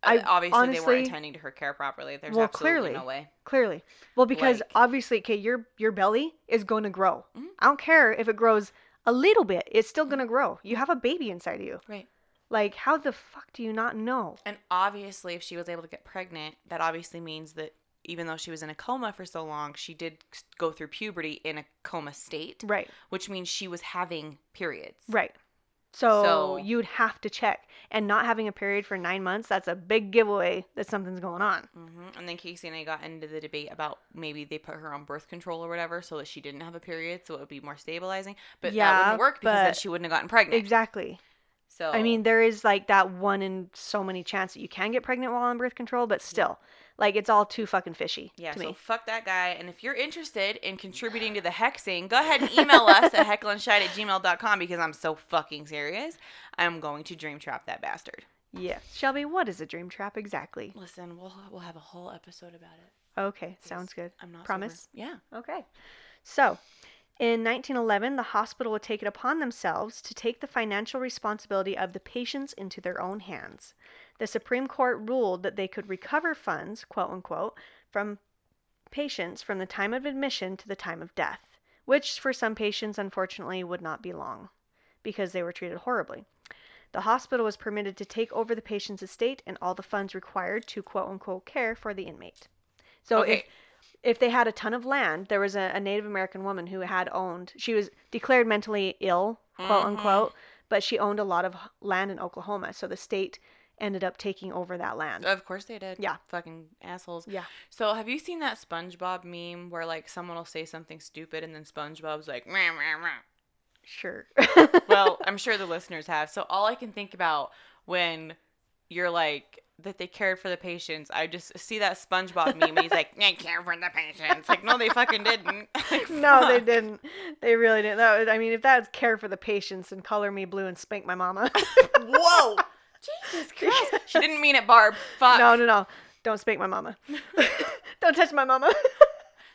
Speaker 1: Uh,
Speaker 2: I-
Speaker 1: obviously, they
Speaker 2: honestly-
Speaker 1: weren't attending to her care properly. There's
Speaker 2: Well,
Speaker 1: absolutely
Speaker 2: clearly.
Speaker 1: no way.
Speaker 2: Clearly, well, because
Speaker 1: Like-
Speaker 2: obviously, okay, your your belly is going to grow.
Speaker 1: Mhm.
Speaker 2: I don't care if it grows a little bit; it's still going to grow. You have a baby inside of you.
Speaker 1: Right.
Speaker 2: Like, how the fuck do you not know?
Speaker 1: And obviously, if she was able to get pregnant, that obviously means that even though she was in a coma for so long, she did go through puberty in a coma state,
Speaker 2: Right.
Speaker 1: which means she was having periods.
Speaker 2: Right. So,
Speaker 1: So-
Speaker 2: you'd have to check. And not having a period for nine months, that's a big giveaway that something's going on.
Speaker 1: hmm And then Casey and I got into the debate about maybe they put her on birth control or whatever so that she didn't have a period, so it would be more stabilizing. But that
Speaker 2: Yeah,
Speaker 1: wouldn't work because then
Speaker 2: but-
Speaker 1: she wouldn't have gotten pregnant.
Speaker 2: Exactly.
Speaker 1: So
Speaker 2: I mean, there is like that one in so many chance that you can get pregnant while on birth control, but still, like it's all too fucking fishy
Speaker 1: yeah.
Speaker 2: to
Speaker 1: So
Speaker 2: me.
Speaker 1: fuck that guy. And if you're interested in contributing to the hexing, go ahead and email us at hecklandshite at gmail.com because I'm so fucking serious. I'm going to dream trap that bastard.
Speaker 2: Yeah. Shelby, what is a dream trap exactly?
Speaker 1: Listen, we'll we'll have a whole episode about it.
Speaker 2: Okay, sounds good.
Speaker 1: I'm not sober.
Speaker 2: Promise?
Speaker 1: Yeah.
Speaker 2: Okay. So, in 1911, the hospital would take it upon themselves to take the financial responsibility of the patients into their own hands. The Supreme Court ruled that they could recover funds, quote unquote, from patients from the time of admission to the time of death, which for some patients, unfortunately, would not be long because they were treated horribly. The hospital was permitted to take over the patient's estate and all the funds required to quote unquote care for the inmate. So if-
Speaker 1: Okay.
Speaker 2: if they had a ton of land, there was a, a Native American woman who had owned, she was declared mentally ill,
Speaker 1: Mhm.
Speaker 2: quote unquote, but she owned a lot of h- land in Oklahoma. So the state ended up taking over that land.
Speaker 1: Of course they did.
Speaker 2: Yeah.
Speaker 1: Fucking assholes.
Speaker 2: Yeah.
Speaker 1: So have you seen that SpongeBob meme where like someone will say something stupid and then SpongeBob's like, "Meow, meow, meow."
Speaker 2: Sure.
Speaker 1: well, I'm sure the listeners have. So all I can think about when you're like that they cared for the patients, I just see that SpongeBob meme and he's like, they cared for the patients. Like, no, they fucking didn't. Like,
Speaker 2: no, they
Speaker 1: fuck.
Speaker 2: didn't. They really didn't. That was, I mean, if that's care for the patients and color me blue and spank my mama.
Speaker 1: Whoa. Jesus Christ. She didn't mean it, Barb. Fuck.
Speaker 2: no, no, no. Don't spank my mama. Don't touch my mama.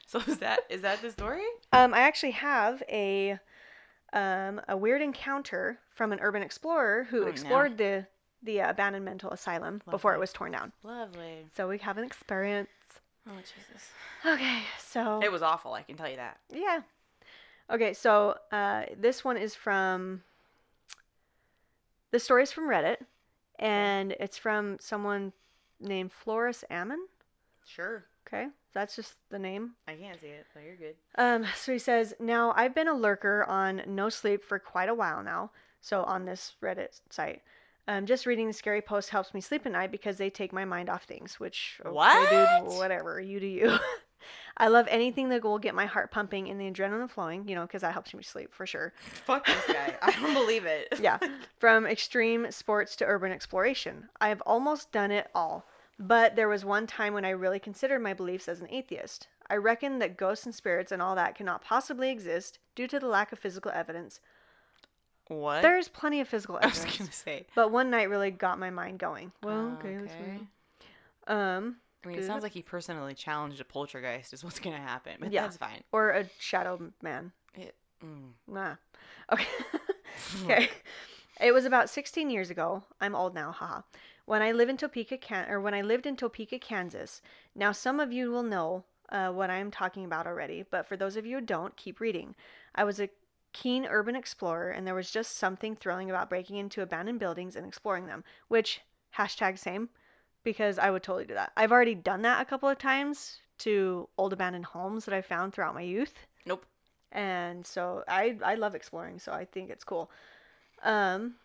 Speaker 1: So is that is that the story?
Speaker 2: Um, I actually have a um, a weird encounter from an urban explorer who
Speaker 1: no.
Speaker 2: explored the the uh, abandoned mental asylum before Oh, it
Speaker 1: Lovely.
Speaker 2: was torn down.
Speaker 1: Lovely.
Speaker 2: So we have an experience.
Speaker 1: Oh Jesus.
Speaker 2: Okay, so
Speaker 1: It was awful, I can tell you that.
Speaker 2: yeah. Okay, so uh, this one is from the story is from Reddit, and it's from someone named Floris Ammon.
Speaker 1: Sure.
Speaker 2: Okay, that's just the name.
Speaker 1: I can't see it, so you're good.
Speaker 2: Um, so he says, Now I've been a lurker on No Sleep for quite a while now. So on this Reddit site. Um, just reading the scary posts helps me sleep at night because they take my mind off things, which, okay,
Speaker 1: What?
Speaker 2: dude, whatever, you do you. I love anything that will get my heart pumping and the adrenaline flowing, you know, because that helps me sleep for sure.
Speaker 1: Fuck this guy. I don't believe it.
Speaker 2: Yeah. From extreme sports to urban exploration. I have almost done it all. But there was one time when I really considered my beliefs as an atheist. I reckon that ghosts and spirits and all that cannot possibly exist due to the lack of physical evidence.
Speaker 1: What?
Speaker 2: There is plenty of physical
Speaker 1: I was
Speaker 2: evidence.
Speaker 1: gonna say.
Speaker 2: But one night really got my mind going. Well, okay, that's weird. Um,
Speaker 1: I mean, it sounds like he personally challenged a poltergeist is what's gonna happen, but
Speaker 2: Yeah.
Speaker 1: that's fine.
Speaker 2: or a shadow man.
Speaker 1: It, mm.
Speaker 2: Nah. Okay. okay. It was about 16 years ago. I'm old now, haha. When I live in Topeka, Can- or when I lived in Topeka, Kansas. Now, some of you will know uh, what I am talking about already, but for those of you who don't, keep reading. I was a keen urban explorer, and there was just something thrilling about breaking into abandoned buildings and exploring them. Which hashtag same, because I would totally do that. I've already done that a couple of times to old abandoned homes that I found throughout my youth
Speaker 1: Nope.
Speaker 2: and so I I love exploring, so I think it's cool. Um,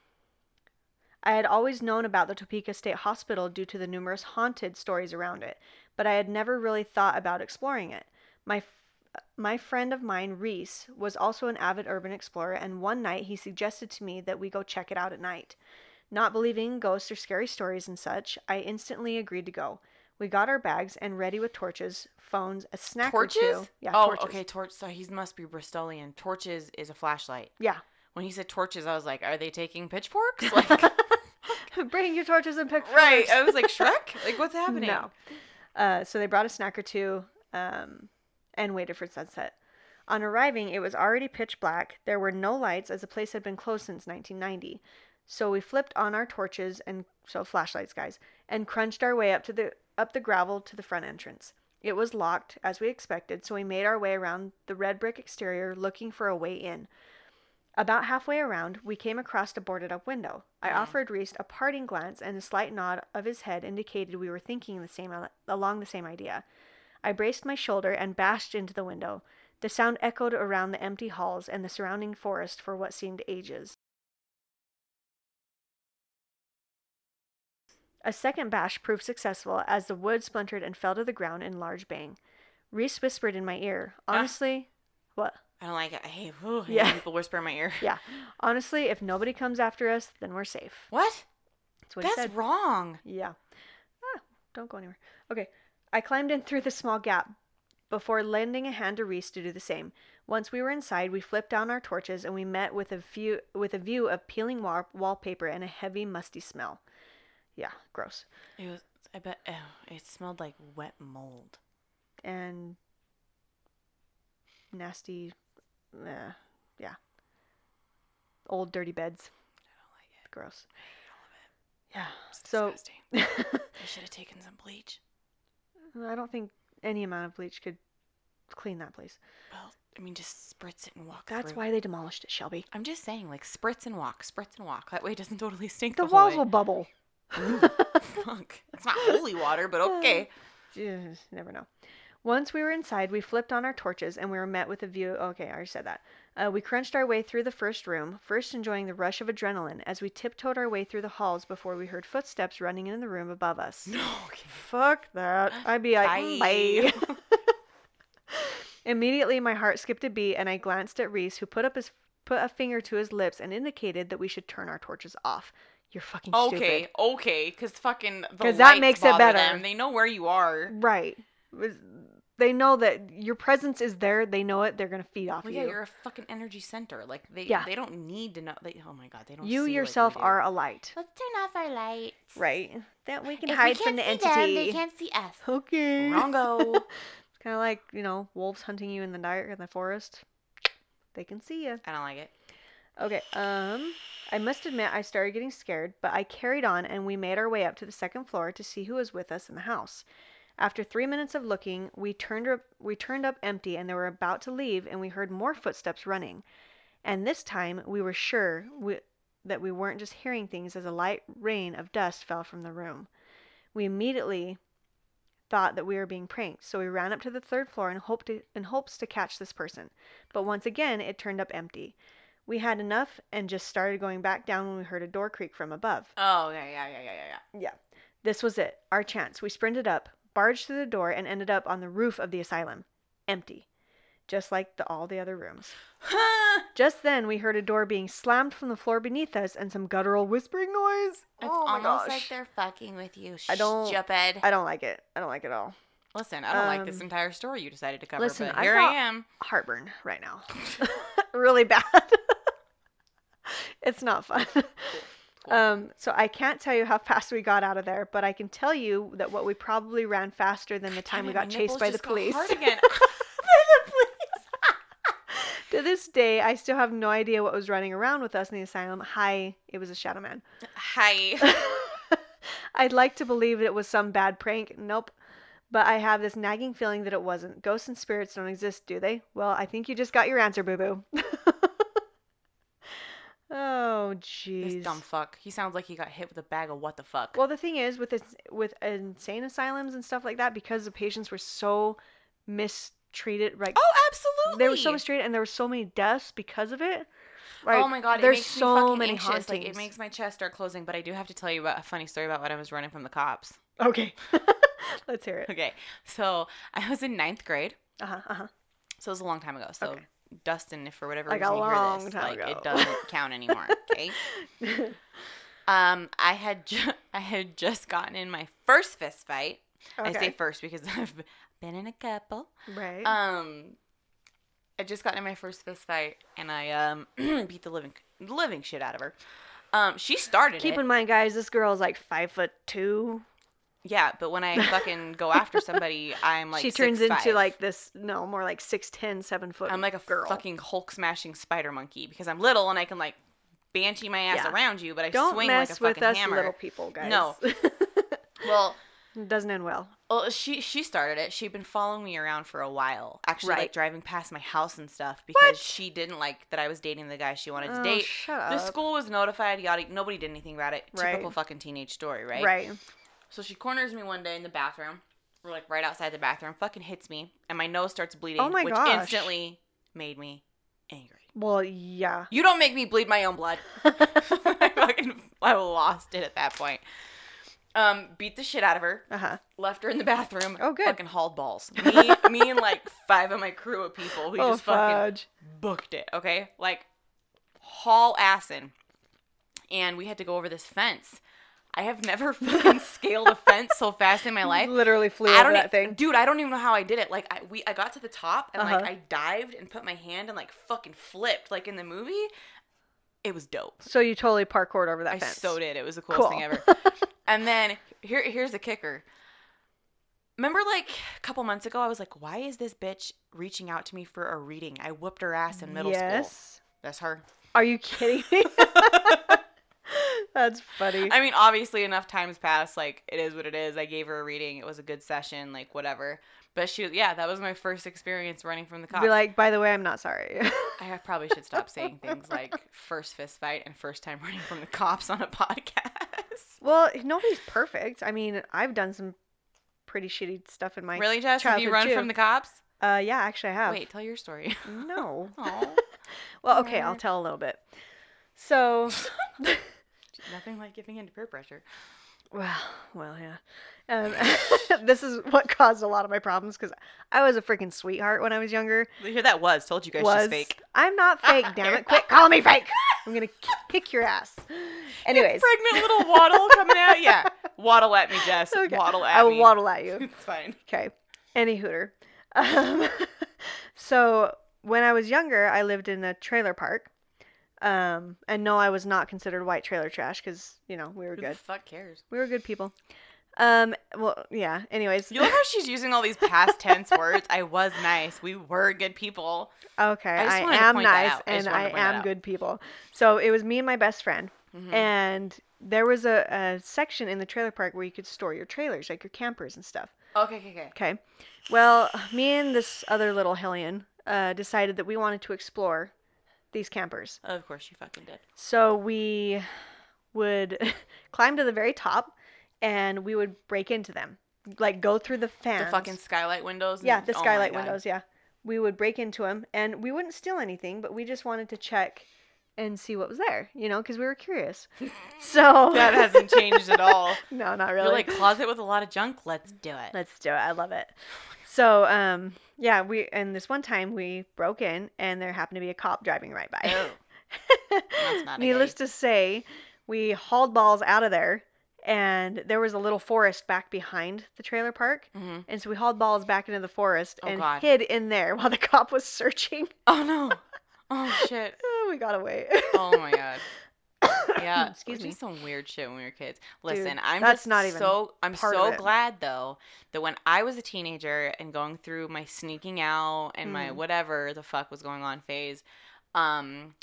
Speaker 2: I had always known about the Topeka State Hospital due to the numerous haunted stories around it, but I had never really thought about exploring it. My f- my friend of mine, Reese, was also an avid urban explorer, and one night he suggested to me that we go check it out at night. Not believing in ghosts or scary stories and such, I instantly agreed to go. We got our bags and ready with torches, phones, a snack or two.
Speaker 1: Torches?
Speaker 2: Yeah,
Speaker 1: oh,
Speaker 2: torches.
Speaker 1: okay. Torch. So he must be Bristolian. Torches is a flashlight.
Speaker 2: Yeah.
Speaker 1: When he said torches, I was like, are they taking pitchforks? Like,
Speaker 2: Bring your torches and pick.
Speaker 1: right. I was like, Shrek. Like, what's happening?
Speaker 2: No. Uh, so they brought a snack or two um, and waited for sunset. On arriving, it was already pitch black. There were no lights, as the place had been closed since 1990. So we flipped on our torches and so flashlights, guys, and crunched our way up to the up the gravel to the front entrance. It was locked, as we expected, so we made our way around the red brick exterior, looking for a way in. About halfway around, we came across a boarded up window. I
Speaker 1: Mhm.
Speaker 2: offered Reese a parting glance, and a slight nod of his head indicated we were thinking the same along the same idea. I braced my shoulder and bashed into the window. The sound echoed around the empty halls and the surrounding forest for what seemed ages. A second bash proved successful as the wood splintered and fell to the ground in a large bang. Reese whispered in my ear,
Speaker 1: Ah.
Speaker 2: Honestly, what?
Speaker 1: I don't like it. I hate, ooh, I hate
Speaker 2: Yeah.
Speaker 1: when people whisper in my ear.
Speaker 2: Yeah. Honestly, if nobody comes after us, then we're safe.
Speaker 1: What?
Speaker 2: That's what he
Speaker 1: That's
Speaker 2: said.
Speaker 1: wrong.
Speaker 2: Yeah. Ah, don't go anywhere. Okay. I climbed in through the small gap before lending a hand to Reese to do the same. Once we were inside, we flipped down our torches and we met with a view with a view of peeling wall- wallpaper and a heavy musty smell. Yeah, gross.
Speaker 1: It was. I bet. Oh, it smelled like wet mold.
Speaker 2: And nasty uh, yeah. Old dirty beds.
Speaker 1: I don't like it.
Speaker 2: Gross.
Speaker 1: I hate all of it.
Speaker 2: Yeah.
Speaker 1: It's
Speaker 2: So-
Speaker 1: disgusting.
Speaker 2: I
Speaker 1: I should have taken some bleach.
Speaker 2: don't think any amount of bleach could clean that place.
Speaker 1: Well, I mean, just spritz it and walk.
Speaker 2: That's
Speaker 1: through.
Speaker 2: why they demolished it, Shelby.
Speaker 1: I'm just saying, like spritz and walk, spritz and walk. That way, it doesn't totally stink.
Speaker 2: The
Speaker 1: The,
Speaker 2: walls
Speaker 1: whole
Speaker 2: will bubble.
Speaker 1: way. Ooh, fuck. It's not holy water, but okay.
Speaker 2: Jeez, Eh, never know. Once we were inside, we flipped on our torches and we were met with a view. Okay, I already said that. Uh, we crunched our way through the first room, first enjoying the rush of adrenaline as we tiptoed our way through the halls before we heard footsteps running in the room above us.
Speaker 1: No. Okay.
Speaker 2: Fuck that. I'd be like, "Mm,
Speaker 1: Bye.
Speaker 2: bye. Immediately, my heart skipped a beat, and I glanced at Reese, who put up his put a finger to his lips and indicated that we should turn our torches off. You're fucking
Speaker 1: Okay.
Speaker 2: stupid.
Speaker 1: Okay. Because fucking. Because
Speaker 2: 'Cause that makes it better.
Speaker 1: They know where you are.
Speaker 2: Right. Was- They know that your presence is there. They know it. They're gonna feed off
Speaker 1: Well,
Speaker 2: you.
Speaker 1: yeah, you're a fucking energy center. Like they.
Speaker 2: Yeah.
Speaker 1: They don't need to know. They, oh my god. They don't. see
Speaker 2: you
Speaker 1: like we
Speaker 2: yourself
Speaker 1: do.
Speaker 2: are a light.
Speaker 1: Let's turn off our lights.
Speaker 2: Right. That we can
Speaker 1: If
Speaker 2: hide
Speaker 1: we can't
Speaker 2: from the
Speaker 1: see
Speaker 2: entity.
Speaker 1: them, they can't see us.
Speaker 2: Okay.
Speaker 1: Wrongo.
Speaker 2: kind of like you know wolves hunting you in the dark in the forest. They can see you.
Speaker 1: I don't like it.
Speaker 2: Okay, um, I must admit I started getting scared, but I carried on and we made our way up to the second floor to see who was with us in the house. After three minutes of looking, we turned up, we turned up empty and they were about to leave and we heard more footsteps running. And this time we were sure we, that we weren't just hearing things as a light rain of dust fell from the room. We immediately thought that we were being pranked, so we ran up to the third floor in, hope to, in hopes to catch this person. But once again, it turned up empty. We had enough and just started going back down when we heard a door creak from above.
Speaker 1: Oh yeah, yeah, yeah, yeah, yeah, yeah.
Speaker 2: Yeah. This was it, our chance. We sprinted up, barged through the door, and ended up on the roof of the asylum. Empty. Just like the, all the other rooms.
Speaker 1: Huh.
Speaker 2: Just then, we heard a door being slammed from the floor beneath us and some guttural whispering noise.
Speaker 1: It's
Speaker 2: oh my
Speaker 1: almost
Speaker 2: gosh.
Speaker 1: like they're fucking with you.
Speaker 2: I don't-
Speaker 1: Stupid.
Speaker 2: I don't like it. I don't like it at all.
Speaker 1: Listen, I don't like this
Speaker 2: um,
Speaker 1: entire story you decided to cover,
Speaker 2: listen,
Speaker 1: but
Speaker 2: I
Speaker 1: here
Speaker 2: thought-
Speaker 1: I am.
Speaker 2: Heartburn right now. really bad. it's not fun.
Speaker 1: cool.
Speaker 2: Um, so I can't tell you how fast we got out of there, but I can tell you that what we probably ran faster than the time
Speaker 1: Damn
Speaker 2: we
Speaker 1: it,
Speaker 2: got
Speaker 1: my nipples
Speaker 2: chased by the
Speaker 1: just got
Speaker 2: police.
Speaker 1: hard again.
Speaker 2: to this day, I still have no idea what was running around with us in the asylum. Hi, it was a shadow man.
Speaker 1: Hi.
Speaker 2: I'd like to believe it was some bad prank. Nope. But I have this nagging feeling that it wasn't. Ghosts and spirits don't exist, do they? Well, I think you just got your answer, boo boo. oh,
Speaker 1: This
Speaker 2: jeez.
Speaker 1: dumb fuck. He sounds like he got hit with a bag of what the fuck.
Speaker 2: Well, the thing is with ins- with insane asylums and stuff like that, because the patients were so mistreated, like
Speaker 1: oh, absolutely.
Speaker 2: they were so mistreated, and there were so many deaths because of it.
Speaker 1: oh my god,
Speaker 2: there's
Speaker 1: it makes
Speaker 2: so
Speaker 1: me fucking
Speaker 2: many
Speaker 1: anxious. Like it
Speaker 2: hauntings.
Speaker 1: makes my chest start closing. But I do have to tell you about a funny story about when I was running from the cops.
Speaker 2: Okay, let's hear it.
Speaker 1: Okay, so I was in ninth grade.
Speaker 2: Uh huh. Uh huh.
Speaker 1: So it was a long time ago. So
Speaker 2: Okay.
Speaker 1: Dustin, if for whatever
Speaker 2: Like a
Speaker 1: reason you hear
Speaker 2: long
Speaker 1: this,
Speaker 2: time
Speaker 1: like
Speaker 2: ago.
Speaker 1: it doesn't count anymore. Okay. um, I had ju- I had just gotten in my first fist fight. I say
Speaker 2: okay. Mm.
Speaker 1: first because I've been in a couple.
Speaker 2: right.
Speaker 1: Um, I just got in my first fist fight and I um beat the living living shit out of her. Um, she started
Speaker 2: Keep
Speaker 1: it.
Speaker 2: in mind, guys, this girl is like five foot two.
Speaker 1: Yeah, but when I fucking go after somebody, I'm like
Speaker 2: she turns
Speaker 1: 6'5".
Speaker 2: into like this, no, more like six ten, seven foot.
Speaker 1: I'm like a
Speaker 2: girl.
Speaker 1: fucking Hulk smashing spider monkey because I'm little and I can like banshee my ass
Speaker 2: Yeah.
Speaker 1: around you, but I
Speaker 2: Don't
Speaker 1: swing
Speaker 2: mess
Speaker 1: like a
Speaker 2: with
Speaker 1: fucking
Speaker 2: us,
Speaker 1: hammer.
Speaker 2: little people, guys.
Speaker 1: No. well,
Speaker 2: It doesn't end well.
Speaker 1: Well, she she started it. She'd been following me around for a while, actually, like
Speaker 2: Right.
Speaker 1: driving past my house and stuff because she didn't like that I was dating the guy she wanted to
Speaker 2: Oh,
Speaker 1: date.
Speaker 2: shut up.
Speaker 1: The school was notified. Yada. Nobody did anything about it.
Speaker 2: Right.
Speaker 1: Typical fucking teenage story, right?
Speaker 2: Right.
Speaker 1: So she corners me one day in the bathroom. We're like right outside the bathroom. Fucking hits me, and my nose starts bleeding,
Speaker 2: Oh my
Speaker 1: which
Speaker 2: gosh.
Speaker 1: instantly made me angry.
Speaker 2: Well, yeah.
Speaker 1: You don't make me bleed my own blood. I fucking I lost it at that point. Um, beat the shit out of her.
Speaker 2: Uh huh.
Speaker 1: Left her in the bathroom.
Speaker 2: Oh, good.
Speaker 1: Fucking hauled balls. Me, me, and like five of my crew of people. We
Speaker 2: oh,
Speaker 1: just fucking
Speaker 2: fudge.
Speaker 1: booked it, okay? Like haul ass in. And we had to go over this fence. I have never fucking scaled a fence so fast in my life.
Speaker 2: Literally flew
Speaker 1: I
Speaker 2: over
Speaker 1: don't
Speaker 2: that
Speaker 1: e-
Speaker 2: thing.
Speaker 1: Dude, I don't even know how I did it. Like I we I got to the top and like
Speaker 2: Uh-huh.
Speaker 1: I dived and put my hand and like fucking flipped like in the movie. It was dope.
Speaker 2: So you totally parkoured over that
Speaker 1: I
Speaker 2: fence.
Speaker 1: so did. It was the coolest thing
Speaker 2: Cool.
Speaker 1: ever. and then here here's the kicker. Remember like a couple months ago I was like, why is this bitch reaching out to me for a reading? I whooped her ass in middle school.
Speaker 2: yes.
Speaker 1: That's her.
Speaker 2: Are you kidding me? That's funny.
Speaker 1: I mean, obviously, enough times passed. Like, it is what it is. I gave her a reading. It was a good session. Like, whatever. But she, yeah, that was my first experience running from the cops.
Speaker 2: Be like, by the way, I'm not sorry.
Speaker 1: I probably should stop saying things like first fist fight and first time running from the cops on a podcast.
Speaker 2: well, nobody's perfect. I mean, I've done some pretty shitty stuff in my.
Speaker 1: really, Jess? Have you
Speaker 2: childhood
Speaker 1: run
Speaker 2: too.
Speaker 1: from the cops?
Speaker 2: Uh, yeah, actually, I have.
Speaker 1: Wait, tell your story.
Speaker 2: No.
Speaker 1: Oh,
Speaker 2: Well, okay, I'll
Speaker 1: Alright.
Speaker 2: tell a little bit. So,
Speaker 1: nothing like giving in to peer pressure.
Speaker 2: well, well, yeah. Um, this is what caused a lot of my problems because I was a freaking sweetheart when I was younger.
Speaker 1: Here, that was. Told you guys
Speaker 2: was
Speaker 1: she's fake.
Speaker 2: I'm not fake, damn it! Quit calling me fake. I'm gonna ki- kick your ass. Anyways,
Speaker 1: Pregnant little waddle coming out. Yeah, waddle at me, Jess.
Speaker 2: Okay.
Speaker 1: Waddle at
Speaker 2: I will
Speaker 1: me.
Speaker 2: waddle at you.
Speaker 1: It's fine.
Speaker 2: Okay. Any hooter. Um, so when I was younger, I lived in a trailer park. Um, and no, I was not considered white trailer trash because, you know, we were
Speaker 1: Who the
Speaker 2: good.
Speaker 1: fuck cares?
Speaker 2: We were good people. Um, well, yeah. Anyways.
Speaker 1: You love how she's using all these past tense words. I was nice. We were good people.
Speaker 2: Okay.
Speaker 1: I just
Speaker 2: I,
Speaker 1: wanted to
Speaker 2: am
Speaker 1: point that
Speaker 2: nice
Speaker 1: out. I just wanted
Speaker 2: and
Speaker 1: to
Speaker 2: I
Speaker 1: point that
Speaker 2: am
Speaker 1: out. Mm-hmm.
Speaker 2: good people. So it was me and my best friend. And there was a, a section in the trailer park where you could store your trailers, like your campers and stuff.
Speaker 1: okay, okay, okay.
Speaker 2: Okay. Well, me and this other little hellion uh, decided that we wanted to explore these campers.
Speaker 1: Of course you fucking did.
Speaker 2: So we would climb to the very top and we would break into them. Like go through the fans.
Speaker 1: The fucking skylight windows.
Speaker 2: Yeah,
Speaker 1: and-
Speaker 2: the
Speaker 1: oh my
Speaker 2: skylight
Speaker 1: God.
Speaker 2: windows, yeah. We would break into them and we wouldn't steal anything, but we just wanted to check and see what was there, you know, cuz we were curious. So
Speaker 1: That hasn't changed at all.
Speaker 2: No, not really.
Speaker 1: You're like closet with a lot of junk. Let's do it.
Speaker 2: Let's do it. I love it. So, um, yeah, we and this one time we broke in, and there happened to be a cop driving right by.
Speaker 1: Oh, that's not a
Speaker 2: Needless
Speaker 1: day.
Speaker 2: to say, we hauled balls out of there, and there was a little forest back behind the trailer park,
Speaker 1: Mhm.
Speaker 2: and so we hauled balls back into the forest
Speaker 1: Oh,
Speaker 2: and
Speaker 1: God.
Speaker 2: hid in there while the cop was searching.
Speaker 1: oh no. Oh shit.
Speaker 2: Oh, we got away.
Speaker 1: Oh my god. Yeah.
Speaker 2: Excuse
Speaker 1: we
Speaker 2: me.
Speaker 1: did some weird shit when we were kids. Listen, I'm
Speaker 2: that's
Speaker 1: just
Speaker 2: not even
Speaker 1: so I'm
Speaker 2: part of
Speaker 1: so
Speaker 2: it.
Speaker 1: glad though that when I was a teenager and going through my sneaking out and my
Speaker 2: Mm.
Speaker 1: whatever the fuck was going on phase, um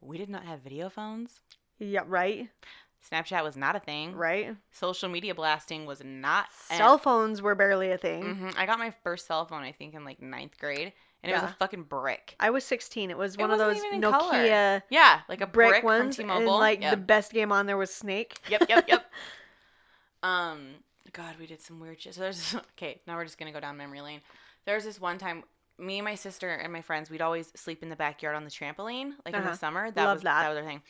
Speaker 1: we did not have video phones.
Speaker 2: yeah, right,
Speaker 1: Snapchat was not a thing.
Speaker 2: right.
Speaker 1: Social media blasting was not a-
Speaker 2: Cell phones were barely a thing.
Speaker 1: Mhm. I got my first cell phone, I think, in like ninth grade, and it was
Speaker 2: Yeah.
Speaker 1: a fucking brick.
Speaker 2: I was 16. It was
Speaker 1: It
Speaker 2: one of
Speaker 1: wasn't
Speaker 2: those
Speaker 1: even in color.
Speaker 2: Nokia.
Speaker 1: Yeah, like a brick,
Speaker 2: brick ones
Speaker 1: from
Speaker 2: and
Speaker 1: T-Mobile.
Speaker 2: like
Speaker 1: yeah.
Speaker 2: the best game on there was Snake.
Speaker 1: yep, yep, yep. Um, God, we did some weird shit. So there's okay. Now we're just gonna go down memory lane. There was this one time, me and my sister and my friends, we'd always sleep in the backyard on the trampoline, like in
Speaker 2: Uh-huh.
Speaker 1: the summer. That
Speaker 2: Love
Speaker 1: was
Speaker 2: that.
Speaker 1: that was our thing.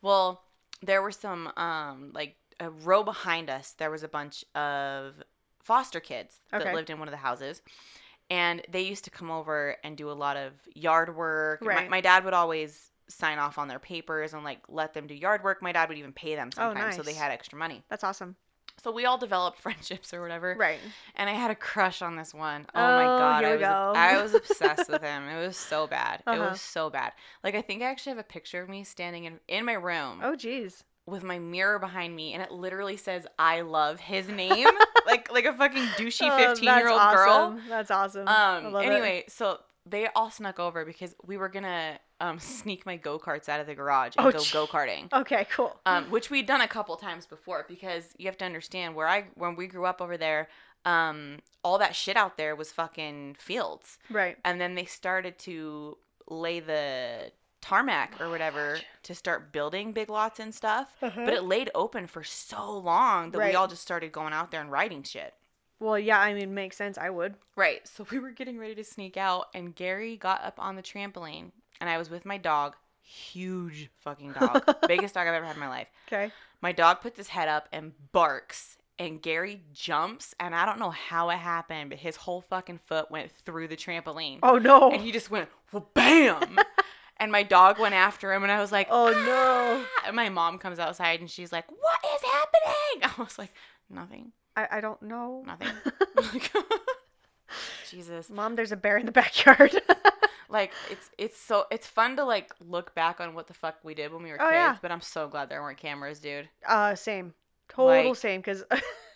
Speaker 1: Well, there were some um like a row behind us. There was a bunch of foster kids
Speaker 2: Okay.
Speaker 1: that lived in one of the houses. And they used to come over and do a lot of yard work. My-
Speaker 2: Right.
Speaker 1: my dad would always sign off on their papers and like let them do yard work. My dad would even pay them
Speaker 2: Oh,
Speaker 1: sometimes so they
Speaker 2: nice.
Speaker 1: had extra money.
Speaker 2: That's awesome.
Speaker 1: So we all developed friendships or whatever.
Speaker 2: Right.
Speaker 1: And I had a crush on this one. Oh, my
Speaker 2: Oh,
Speaker 1: god.
Speaker 2: here
Speaker 1: I
Speaker 2: we
Speaker 1: was
Speaker 2: go.
Speaker 1: I was obsessed with him. It was so bad. It
Speaker 2: Uh-huh.
Speaker 1: was so bad. Like I think I actually have a picture of me standing in, in my room
Speaker 2: Oh geez.
Speaker 1: with my mirror behind me and it literally says I love his name. like like a fucking douchey
Speaker 2: Oh,
Speaker 1: fifteen
Speaker 2: that's
Speaker 1: year old girl.
Speaker 2: awesome. That's awesome. I
Speaker 1: Um
Speaker 2: love it.
Speaker 1: anyway, so they all snuck over because we were gonna um, sneak my go karts out of the garage and
Speaker 2: Oh,
Speaker 1: go
Speaker 2: gee.
Speaker 1: go karting.
Speaker 2: Okay, cool.
Speaker 1: Um, which we'd done a couple times before because you have to understand where I when we grew up over there, um, all that shit out there was fucking fields,
Speaker 2: right.
Speaker 1: and then they started to lay the tarmac or whatever to start building big lots and stuff. But it laid open for so long that
Speaker 2: Right.
Speaker 1: we all just started going out there and riding shit.
Speaker 2: well, yeah, I mean, makes sense. I would.
Speaker 1: Right. So we were getting ready to sneak out, and Gary got up on the trampoline, and I was with my dog, huge fucking dog, biggest dog I've ever had in my life.
Speaker 2: Okay.
Speaker 1: My dog puts his head up and barks, and Gary jumps, and I don't know how it happened, but his whole fucking foot went through the trampoline,
Speaker 2: Oh no.
Speaker 1: and he just went, well, bam, and my dog went after him, and I was like, "Ah!"
Speaker 2: oh no.
Speaker 1: and my mom comes outside, and she's like, what is happening? I was like, nothing,
Speaker 2: I, I don't know.
Speaker 1: nothing. Jesus.
Speaker 2: Mom, there's a bear in the backyard.
Speaker 1: like it's it's so it's fun to like look back on what the fuck we did when we were
Speaker 2: Oh,
Speaker 1: kids
Speaker 2: yeah.
Speaker 1: but i'm so glad there weren't cameras dude
Speaker 2: uh, same. Total
Speaker 1: Like,
Speaker 2: same. Because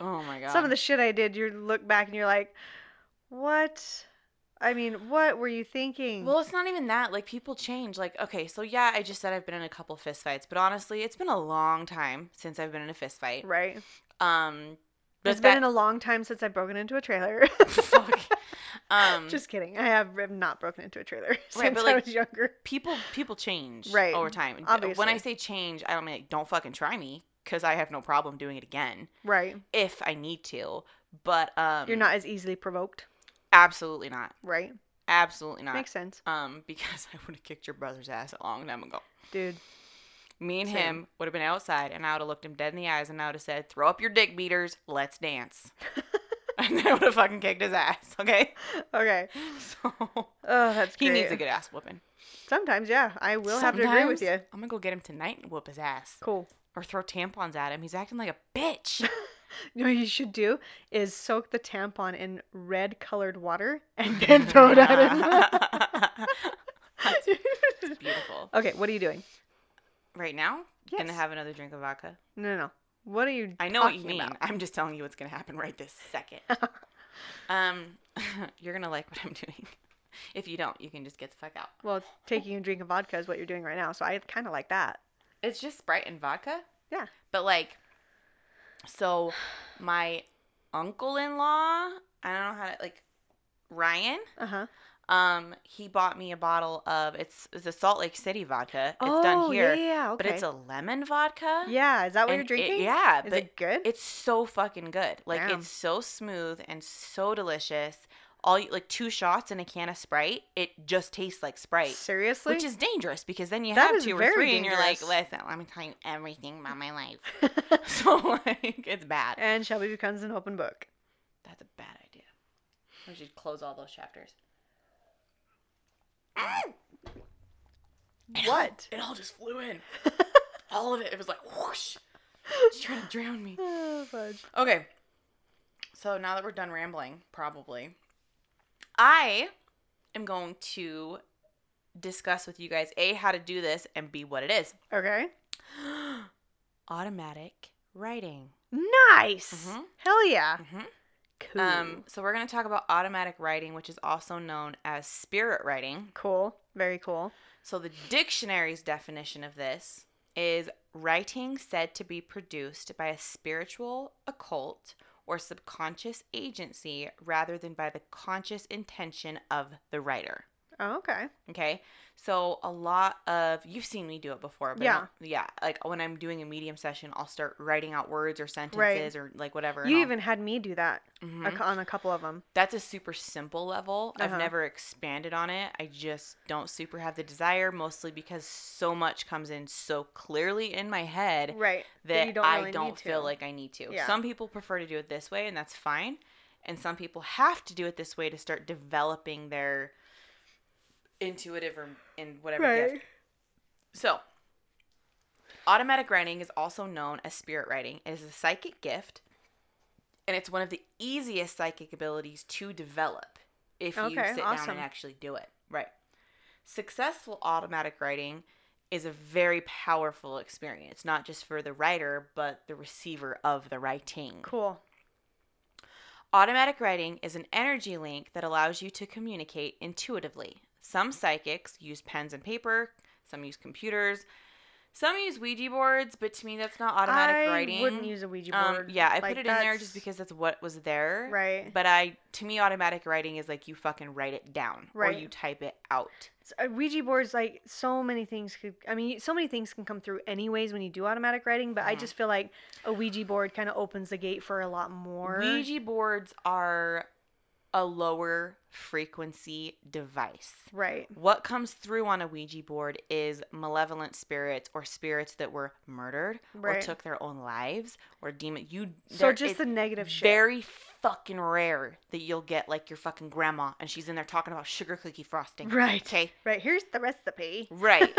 Speaker 1: oh my god
Speaker 2: some of the shit I did, you look back and you're like, what? I mean, what were you thinking?
Speaker 1: well it's not even that like people change like okay so yeah i just said i've been in a couple fist fights but honestly it's been a long time since i've been in a fist fight
Speaker 2: right.
Speaker 1: um but
Speaker 2: It's
Speaker 1: that, Mm-hmm.
Speaker 2: been in a long time since I've broken into a trailer.
Speaker 1: fuck. um
Speaker 2: Just kidding. I have I've not broken into a trailer since
Speaker 1: but,
Speaker 2: I
Speaker 1: like-
Speaker 2: was younger.
Speaker 1: people people change
Speaker 2: Right,
Speaker 1: over time when i
Speaker 2: obviously.
Speaker 1: say change i don't mean like don't fucking try me because i have no problem doing it again
Speaker 2: Right.
Speaker 1: if i need to but um
Speaker 2: You're not as easily provoked.
Speaker 1: absolutely not
Speaker 2: Right.
Speaker 1: absolutely not
Speaker 2: Makes sense,
Speaker 1: Um, because I would have kicked your brother's ass a long time ago.
Speaker 2: dude.
Speaker 1: Me and
Speaker 2: Same.
Speaker 1: him would have been outside, and I would have looked him dead in the eyes, and I would have said, "Throw up your dick beaters, let's dance." and then I would have fucking kicked his ass. Okay,
Speaker 2: Okay.
Speaker 1: so
Speaker 2: Oh, that's
Speaker 1: he
Speaker 2: great.
Speaker 1: needs a good ass whooping.
Speaker 2: Sometimes, yeah, I will have to agree with you.
Speaker 1: Sometimes I'm gonna go get him tonight and whoop his ass,
Speaker 2: Cool.
Speaker 1: or throw tampons at him. He's acting like a bitch.
Speaker 2: You know what you should do is soak the tampon in red colored water and then throw it at him.
Speaker 1: Beautiful.
Speaker 2: okay, what are you doing?
Speaker 1: Right now, gonna
Speaker 2: Yes.
Speaker 1: have another drink of vodka.
Speaker 2: No, no, no. What are you?
Speaker 1: I know what you
Speaker 2: talking
Speaker 1: mean.
Speaker 2: about?
Speaker 1: I'm just telling you what's going to happen right this second. um, you're going to like what I'm doing. If you don't, you can just get the fuck out.
Speaker 2: Well, taking a drink of vodka is what you're doing right now, so I kind of like that.
Speaker 1: It's just Sprite and vodka.
Speaker 2: Yeah.
Speaker 1: But like, so my uncle in law, I don't know how to, like, Ryan,
Speaker 2: Uh huh.
Speaker 1: um, he bought me a bottle of, it's, it's a Salt Lake City vodka. It's done here.
Speaker 2: Oh, Yeah, yeah, okay.
Speaker 1: But it's a lemon vodka.
Speaker 2: yeah. Is that what
Speaker 1: and
Speaker 2: you're drinking?
Speaker 1: It, yeah.
Speaker 2: Is
Speaker 1: but
Speaker 2: it good?
Speaker 1: It's so fucking good. Like
Speaker 2: Damn.
Speaker 1: it's so smooth and so delicious. All you, like two shots and a can of Sprite, it just tastes like Sprite,
Speaker 2: seriously.
Speaker 1: which is dangerous because then you
Speaker 2: That
Speaker 1: have
Speaker 2: is
Speaker 1: two or
Speaker 2: very
Speaker 1: three, and you're like,
Speaker 2: dangerous.
Speaker 1: listen, let me tell you everything about my life. so like, it's bad.
Speaker 2: and Shelby becomes an open book.
Speaker 1: That's a bad idea. We should close all those chapters.
Speaker 2: What?
Speaker 1: It all just flew in. all of it. It was like whoosh. She's trying to drown me.
Speaker 2: Oh, fudge.
Speaker 1: Okay. So now that we're done rambling, probably, I am going to discuss with you guys A, how to do this, and B, what it is.
Speaker 2: Okay.
Speaker 1: Automatic writing.
Speaker 2: Nice.
Speaker 1: Mhm.
Speaker 2: Hell yeah.
Speaker 1: Mm-hmm.
Speaker 2: Cool.
Speaker 1: Um, so we're going to talk about automatic writing, which is also known as spirit writing.
Speaker 2: cool. Very cool.
Speaker 1: So the dictionary's definition of this is writing said to be produced by a spiritual, occult, or subconscious agency rather than by the conscious intention of the writer.
Speaker 2: Oh, okay.
Speaker 1: Okay. So a lot of you've seen me do it before, but
Speaker 2: Yeah.
Speaker 1: not- yeah, like when I'm doing a medium session, I'll start writing out words or sentences or like whatever. and
Speaker 2: You
Speaker 1: I'll-
Speaker 2: even had me do that a
Speaker 1: Mhm.
Speaker 2: cou- on a couple of them.
Speaker 1: that's a super simple level. I've
Speaker 2: Uh-huh.
Speaker 1: never expanded on it. I just don't super have the desire, mostly because so much comes in so clearly in my head
Speaker 2: Right.
Speaker 1: that
Speaker 2: you don't
Speaker 1: I
Speaker 2: really
Speaker 1: don't
Speaker 2: need
Speaker 1: feel
Speaker 2: to.
Speaker 1: like I need to.
Speaker 2: Yeah.
Speaker 1: Some people prefer to do it this way, and that's fine. And some people have to do it this way to start developing their intuitive or in whatever gift. So, automatic writing is also known as spirit writing. It is a psychic gift, and it's one of the easiest psychic abilities to develop if you
Speaker 2: Okay,
Speaker 1: sit down
Speaker 2: awesome.
Speaker 1: and actually do it. Right. Successful automatic writing is a very powerful experience, not just for the writer, but the receiver of the writing.
Speaker 2: Cool.
Speaker 1: Automatic writing is an energy link that allows you to communicate intuitively Some psychics use pens and paper, some use computers, some use Ouija boards, but to me that's not automatic
Speaker 2: I
Speaker 1: writing.
Speaker 2: wouldn't use a Ouija
Speaker 1: Um,
Speaker 2: board.
Speaker 1: yeah, I
Speaker 2: Like,
Speaker 1: put it in there
Speaker 2: that's-
Speaker 1: just because that's what was there.
Speaker 2: Right.
Speaker 1: But I, to me, automatic writing is like you fucking write it down or
Speaker 2: Right.
Speaker 1: you type it out.
Speaker 2: S- uh, Ouija boards, like so many things could. I mean, so many things can come through anyways when you do automatic writing. But I
Speaker 1: Mhm.
Speaker 2: just feel like a Ouija board kind of opens the gate for a lot more.
Speaker 1: Ouija boards are a lower frequency device.
Speaker 2: Right.
Speaker 1: What comes through on a Ouija board is malevolent spirits or spirits that were murdered or
Speaker 2: Right.
Speaker 1: took their own lives or demon. You
Speaker 2: So
Speaker 1: there-
Speaker 2: just
Speaker 1: it's
Speaker 2: the negative shit.
Speaker 1: very fucking rare that you'll get like your fucking grandma and she's in there talking about sugar cookie frosting.
Speaker 2: Right.
Speaker 1: Okay.
Speaker 2: Right. Here's the recipe
Speaker 1: Right.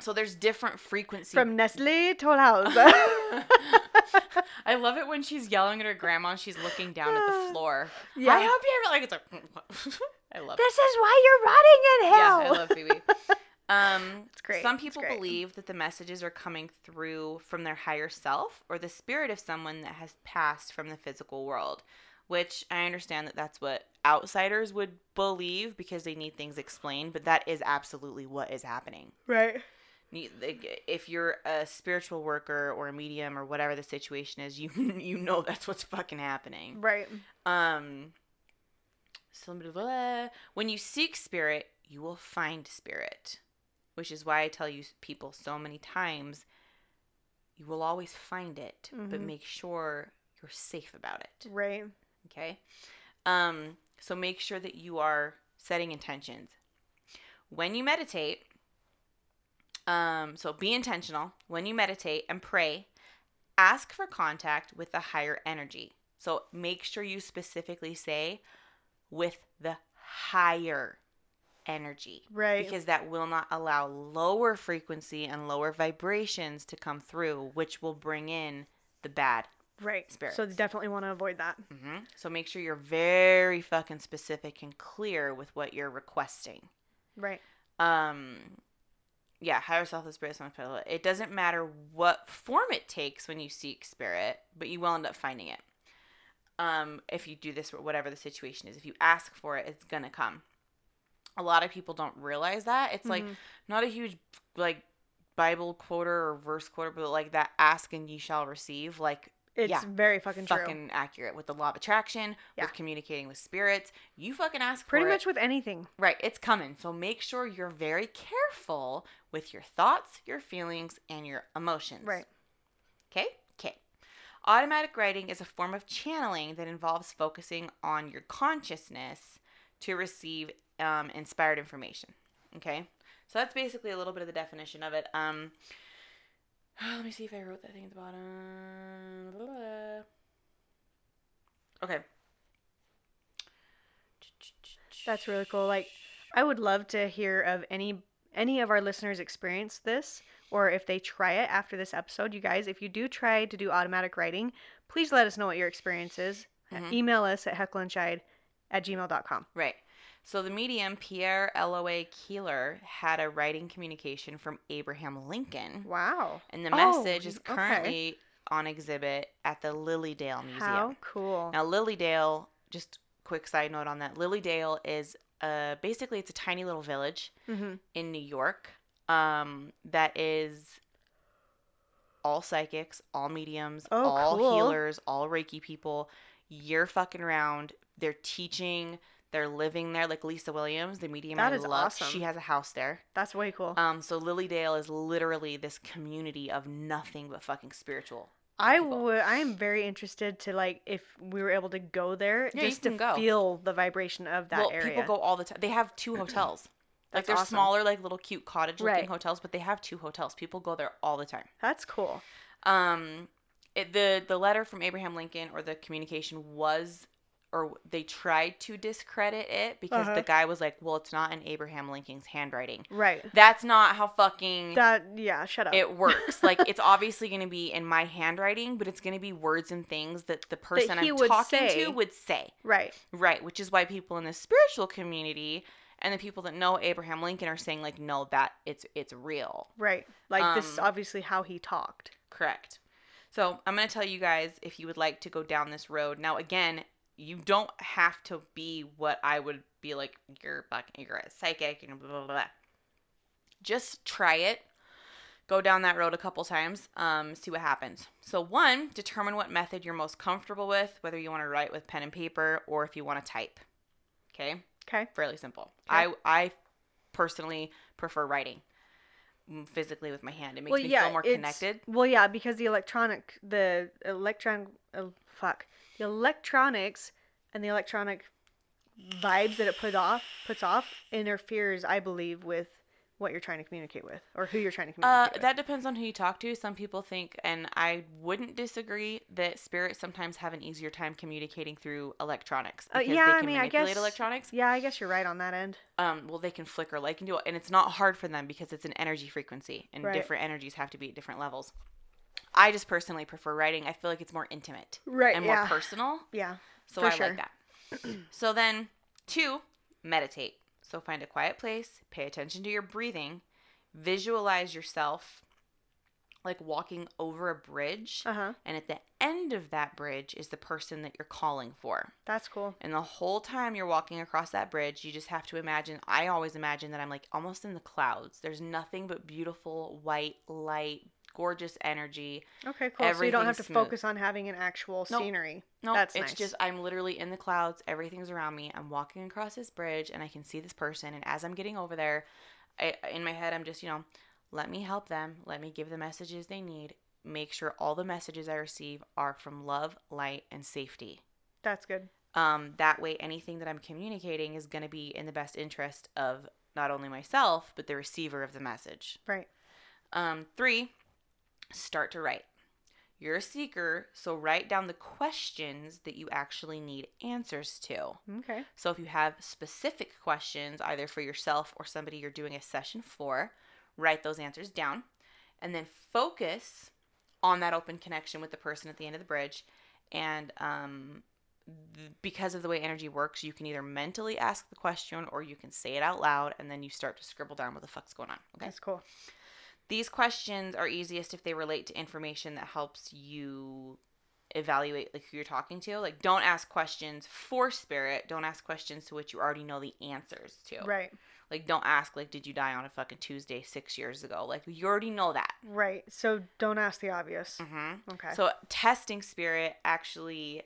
Speaker 1: so there's different frequency
Speaker 2: from Nestle Tollhouse.
Speaker 1: I love it when she's yelling at her grandma and she's looking down at the floor.
Speaker 2: yeah.
Speaker 1: I hope you ever like it's like I love it.
Speaker 2: this is why you're rotting in hell.
Speaker 1: Yeah, I love Phoebe. Um
Speaker 2: It's great.
Speaker 1: some
Speaker 2: It's
Speaker 1: people
Speaker 2: great.
Speaker 1: believe that the messages are coming through from their higher self or the spirit of someone that has passed from the physical world, which I understand that that's what outsiders would believe because they need things explained, but that is absolutely what is happening
Speaker 2: Right.
Speaker 1: ne- like, if you're a spiritual worker or a medium or whatever the situation is, you you know that's what's fucking happening.
Speaker 2: Right.
Speaker 1: Um, so blah, blah, blah. when you seek spirit, you will find spirit, which is why I tell you people so many times, you will always find it, but
Speaker 2: Mhm.
Speaker 1: make sure you're safe about it.
Speaker 2: Right.
Speaker 1: Okay. Um, so make sure that you are setting intentions. When you meditate, um, so be intentional. When you meditate and pray, ask for contact with the higher energy. So make sure you specifically say with the higher energy
Speaker 2: Right.
Speaker 1: because that will not allow lower frequency and lower vibrations to come through, which will bring in the bad
Speaker 2: right. So
Speaker 1: spirits.
Speaker 2: definitely want to avoid that.
Speaker 1: hmm So make sure you're very fucking specific and clear with what you're requesting.
Speaker 2: Right.
Speaker 1: Um, yeah, higher self is spirit. Someone's pillow. It doesn't matter what form it takes when you seek spirit, but you will end up finding it. Um, if you do this, whatever the situation is, if you ask for it, it's gonna come. A lot of people don't realize that. It's like
Speaker 2: Mhm.
Speaker 1: not a huge like Bible quoter or verse quoter, but like that ask and ye shall receive. Like
Speaker 2: it's
Speaker 1: yeah,
Speaker 2: very fucking, true.
Speaker 1: fucking accurate with the law of attraction,
Speaker 2: Yeah.
Speaker 1: with communicating with spirits. You fucking ask
Speaker 2: Pretty
Speaker 1: for
Speaker 2: much
Speaker 1: it.
Speaker 2: with anything.
Speaker 1: Right, it's coming. So make sure you're very careful with your thoughts, your feelings, and your emotions.
Speaker 2: Right.
Speaker 1: Okay? Okay. Automatic writing is a form of channeling that involves focusing on your consciousness to receive um, inspired information. Okay? So that's basically a little bit of the definition of it. Um, let me see if I wrote that thing at the bottom. Blah, blah, blah. Okay.
Speaker 2: That's really cool. Like, I would love to hear of any any of our listeners experience this, or if they try it after this episode. You guys, if you do try to do automatic writing, please let us know what your experience is.
Speaker 1: Mhm.
Speaker 2: Email us at hecklandshide at gmail.com.
Speaker 1: Right. So the medium Pierre Eloy Keeler had a writing communication from Abraham Lincoln,
Speaker 2: Wow.
Speaker 1: and the
Speaker 2: Oh,
Speaker 1: message is
Speaker 2: okay.
Speaker 1: currently on exhibit at the Lilydale Museum.
Speaker 2: How cool.
Speaker 1: Now Lilydale, just quick side note on that. Lilydale is uh basically it's a tiny little village
Speaker 2: hmm
Speaker 1: in New York um that is all psychics, all mediums,
Speaker 2: Oh,
Speaker 1: all
Speaker 2: cool.
Speaker 1: healers, all reiki people year fucking round. They're teaching, they're living there like Lisa Williams, the medium
Speaker 2: That
Speaker 1: I
Speaker 2: is
Speaker 1: love.
Speaker 2: awesome.
Speaker 1: She has a house there.
Speaker 2: That's way cool.
Speaker 1: Um so Lilydale is literally this community of nothing but fucking spiritual.
Speaker 2: I
Speaker 1: people.
Speaker 2: would. I am very interested to like if we were able to go there
Speaker 1: Yeah, you
Speaker 2: just to
Speaker 1: can go.
Speaker 2: feel the vibration of that
Speaker 1: well,
Speaker 2: area.
Speaker 1: people go all the time. They have two hotels. like
Speaker 2: That's
Speaker 1: they're
Speaker 2: awesome.
Speaker 1: smaller like little cute cottage looking
Speaker 2: Right.
Speaker 1: hotels, but they have two hotels. People go there all the time.
Speaker 2: That's cool.
Speaker 1: um it, the the letter from Abraham Lincoln or the communication was or they tried to discredit it because
Speaker 2: Uh-huh.
Speaker 1: the guy was like, "Well, it's not in Abraham Lincoln's handwriting."
Speaker 2: Right.
Speaker 1: That's not how fucking
Speaker 2: That. Yeah. Shut up.
Speaker 1: Mm-hmm. it works. like it's obviously going to be in my handwriting, but it's going to be words and things that the person
Speaker 2: he
Speaker 1: I'm
Speaker 2: would
Speaker 1: talking
Speaker 2: say.
Speaker 1: to would say.
Speaker 2: right.
Speaker 1: Right, which is why people in the spiritual community and the people that know Abraham Lincoln are saying like, "No, that it's it's real."
Speaker 2: Right. Like this is
Speaker 1: Um,
Speaker 2: obviously how he talked.
Speaker 1: Correct. So I'm going to tell you guys if you would like to go down this road. Now, again, you don't have to be what I would be like. You're fuck, you're a psychic, and blah blah blah. Just try it. Go down that road a couple times. Um, see what happens. So one, determine what method you're most comfortable with, whether you want to write with pen and paper or if you want to type. Okay,
Speaker 2: Okay.
Speaker 1: fairly simple.
Speaker 2: Okay.
Speaker 1: I I personally prefer writing mm, physically with my hand. It makes
Speaker 2: well,
Speaker 1: me
Speaker 2: yeah,
Speaker 1: feel more
Speaker 2: it's-
Speaker 1: connected.
Speaker 2: Well, yeah, because the electronic, the electron, oh, fuck, the electronics and the electronic vibes that it put off puts off interferes, I believe, with what you're trying to communicate with or who you're trying to
Speaker 1: Uh,
Speaker 2: communicate with.
Speaker 1: that depends on who you talk to. Some people think, and I wouldn't disagree, that spirits sometimes have an easier time communicating through electronics
Speaker 2: Uh,
Speaker 1: because
Speaker 2: yeah,
Speaker 1: they
Speaker 2: I
Speaker 1: can
Speaker 2: mean, I
Speaker 1: manipulate
Speaker 2: guess-
Speaker 1: electronics.
Speaker 2: yeah, I guess you're right on that end.
Speaker 1: Um, well, they can flicker, light, and do it, and it's not hard for them because it's an energy frequency, and
Speaker 2: Right.
Speaker 1: different energies have to be at different levels. I just personally prefer writing. I feel like it's more intimate
Speaker 2: Right.
Speaker 1: and more
Speaker 2: yeah.
Speaker 1: personal.
Speaker 2: yeah.
Speaker 1: So
Speaker 2: For
Speaker 1: I
Speaker 2: sure.
Speaker 1: like that. so then, two, meditate. So find a quiet place, pay attention to your breathing, visualize yourself like walking over a bridge.
Speaker 2: Uh huh.
Speaker 1: And at the end of that bridge is the person that you're calling for.
Speaker 2: That's cool.
Speaker 1: And the whole time you're walking across that bridge, you just have to imagine. I always imagine that I'm like almost in the clouds. There's nothing but beautiful white light, gorgeous energy.
Speaker 2: Okay, cool. So you don't have to
Speaker 1: Everything's smooth.
Speaker 2: focus on having an actual
Speaker 1: Nope.
Speaker 2: scenery.
Speaker 1: No,
Speaker 2: That's
Speaker 1: it's
Speaker 2: nice.
Speaker 1: just I'm literally in the clouds. Everything's around me. I'm walking across this bridge, and I can see this person. And as I'm getting over there, I, in my head, I'm just you know, let me help them. Let me give the messages they need. Make sure all the messages I receive are from love, light, and safety.
Speaker 2: That's good.
Speaker 1: Um, that way, anything that I'm communicating is going to be in the best interest of not only myself but the receiver of the message.
Speaker 2: Right.
Speaker 1: Um, three, start to write. You're a seeker, so write down the questions that you actually need answers to.
Speaker 2: Okay.
Speaker 1: So if you have specific questions, either for yourself or somebody you're doing a session for, write those answers down and then focus on that open connection with the person at the end of the bridge. And um, th- because of the way energy works, you can either mentally ask the question or you can say it out loud and then you start to scribble down what the fuck's going on. Okay.
Speaker 2: That's cool.
Speaker 1: These questions are easiest if they relate to information that helps you evaluate like who you're talking to. Like don't ask questions for spirit, don't ask questions to which you already know the answers to.
Speaker 2: Right.
Speaker 1: Like don't ask like did you die on a fucking Tuesday 6 years ago? Like you already know that.
Speaker 2: Right. So don't ask the obvious.
Speaker 1: Mhm.
Speaker 2: Okay.
Speaker 1: So testing spirit actually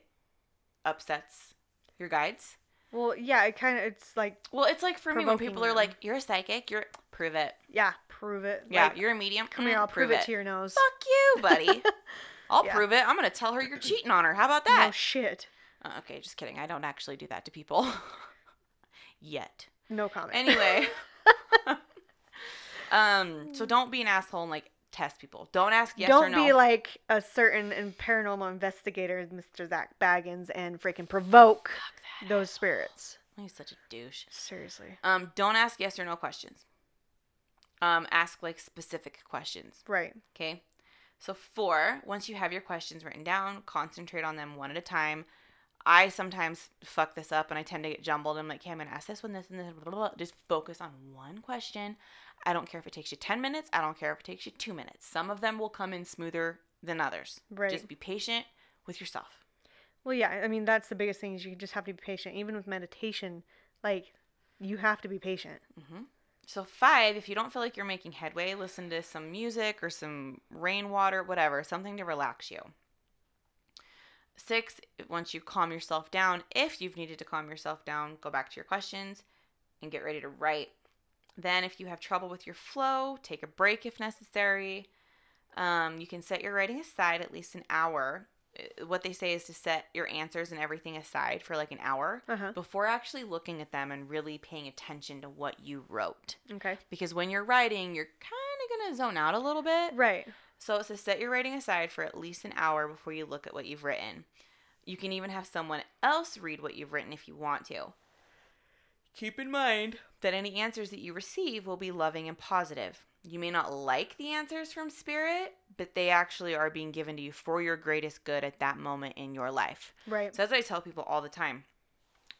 Speaker 1: upsets your guides.
Speaker 2: well, yeah, it kind of it's like
Speaker 1: Well, it's like for me when
Speaker 2: Provoking
Speaker 1: people are
Speaker 2: them.
Speaker 1: like you're a psychic, you're prove it.
Speaker 2: yeah, prove it.
Speaker 1: Yeah,
Speaker 2: Like,
Speaker 1: you're a medium.
Speaker 2: come here,
Speaker 1: Mm,
Speaker 2: I'll prove it to your nose.
Speaker 1: Fuck you, buddy. I'll
Speaker 2: Yeah.
Speaker 1: prove it. I'm gonna tell her you're cheating on her. How about
Speaker 2: No
Speaker 1: that?
Speaker 2: shit.
Speaker 1: Uh, okay, just kidding. I don't actually do that to people yet.
Speaker 2: No comment.
Speaker 1: Anyway, um, so don't be an asshole and like test people. Don't ask yes
Speaker 2: don't
Speaker 1: or no.
Speaker 2: be like a certain and paranormal investigator, Mr. Zach Baggins, and freaking provoke those spirits.
Speaker 1: Oh, He's such a douche.
Speaker 2: Seriously.
Speaker 1: Um, don't ask yes or no questions. Um, ask like specific questions.
Speaker 2: Right.
Speaker 1: Okay. So, four, once you have your questions written down, concentrate on them one at a time. I sometimes fuck this up and I tend to get jumbled. I'm like, okay, I'm going to ask this one, this, and this. Blah, blah, blah. Just focus on one question. I don't care if it takes you 10 minutes. I don't care if it takes you two minutes. Some of them will come in smoother than others.
Speaker 2: Right.
Speaker 1: Just be patient with yourself.
Speaker 2: Well, yeah, I mean that's the biggest thing is you just have to be patient. Even with meditation, like you have to be patient.
Speaker 1: hmm So, five, if you don't feel like you're making headway, listen to some music or some rainwater, whatever, something to relax you. Six, once you calm yourself down, if you've needed to calm yourself down, go back to your questions and get ready to write. Then, if you have trouble with your flow, take a break if necessary. Um, you can set your writing aside at least an hour. Uh, What they say is to set your answers and everything aside for like an hour
Speaker 2: Uh huh.
Speaker 1: before actually looking at them and really paying attention to what you wrote.
Speaker 2: Okay.
Speaker 1: Because when you're writing, you're kind of going to zone out a little bit.
Speaker 2: Right.
Speaker 1: So it says set your writing aside for at least an hour before you look at what you've written. You can even have someone else read what you've written if you want to. Keep in mind that any answers that you receive will be loving and positive. You may not like the answers from spirit, but they actually are being given to you for your greatest good at that moment in your life.
Speaker 2: Right.
Speaker 1: So that's what I tell people all the time.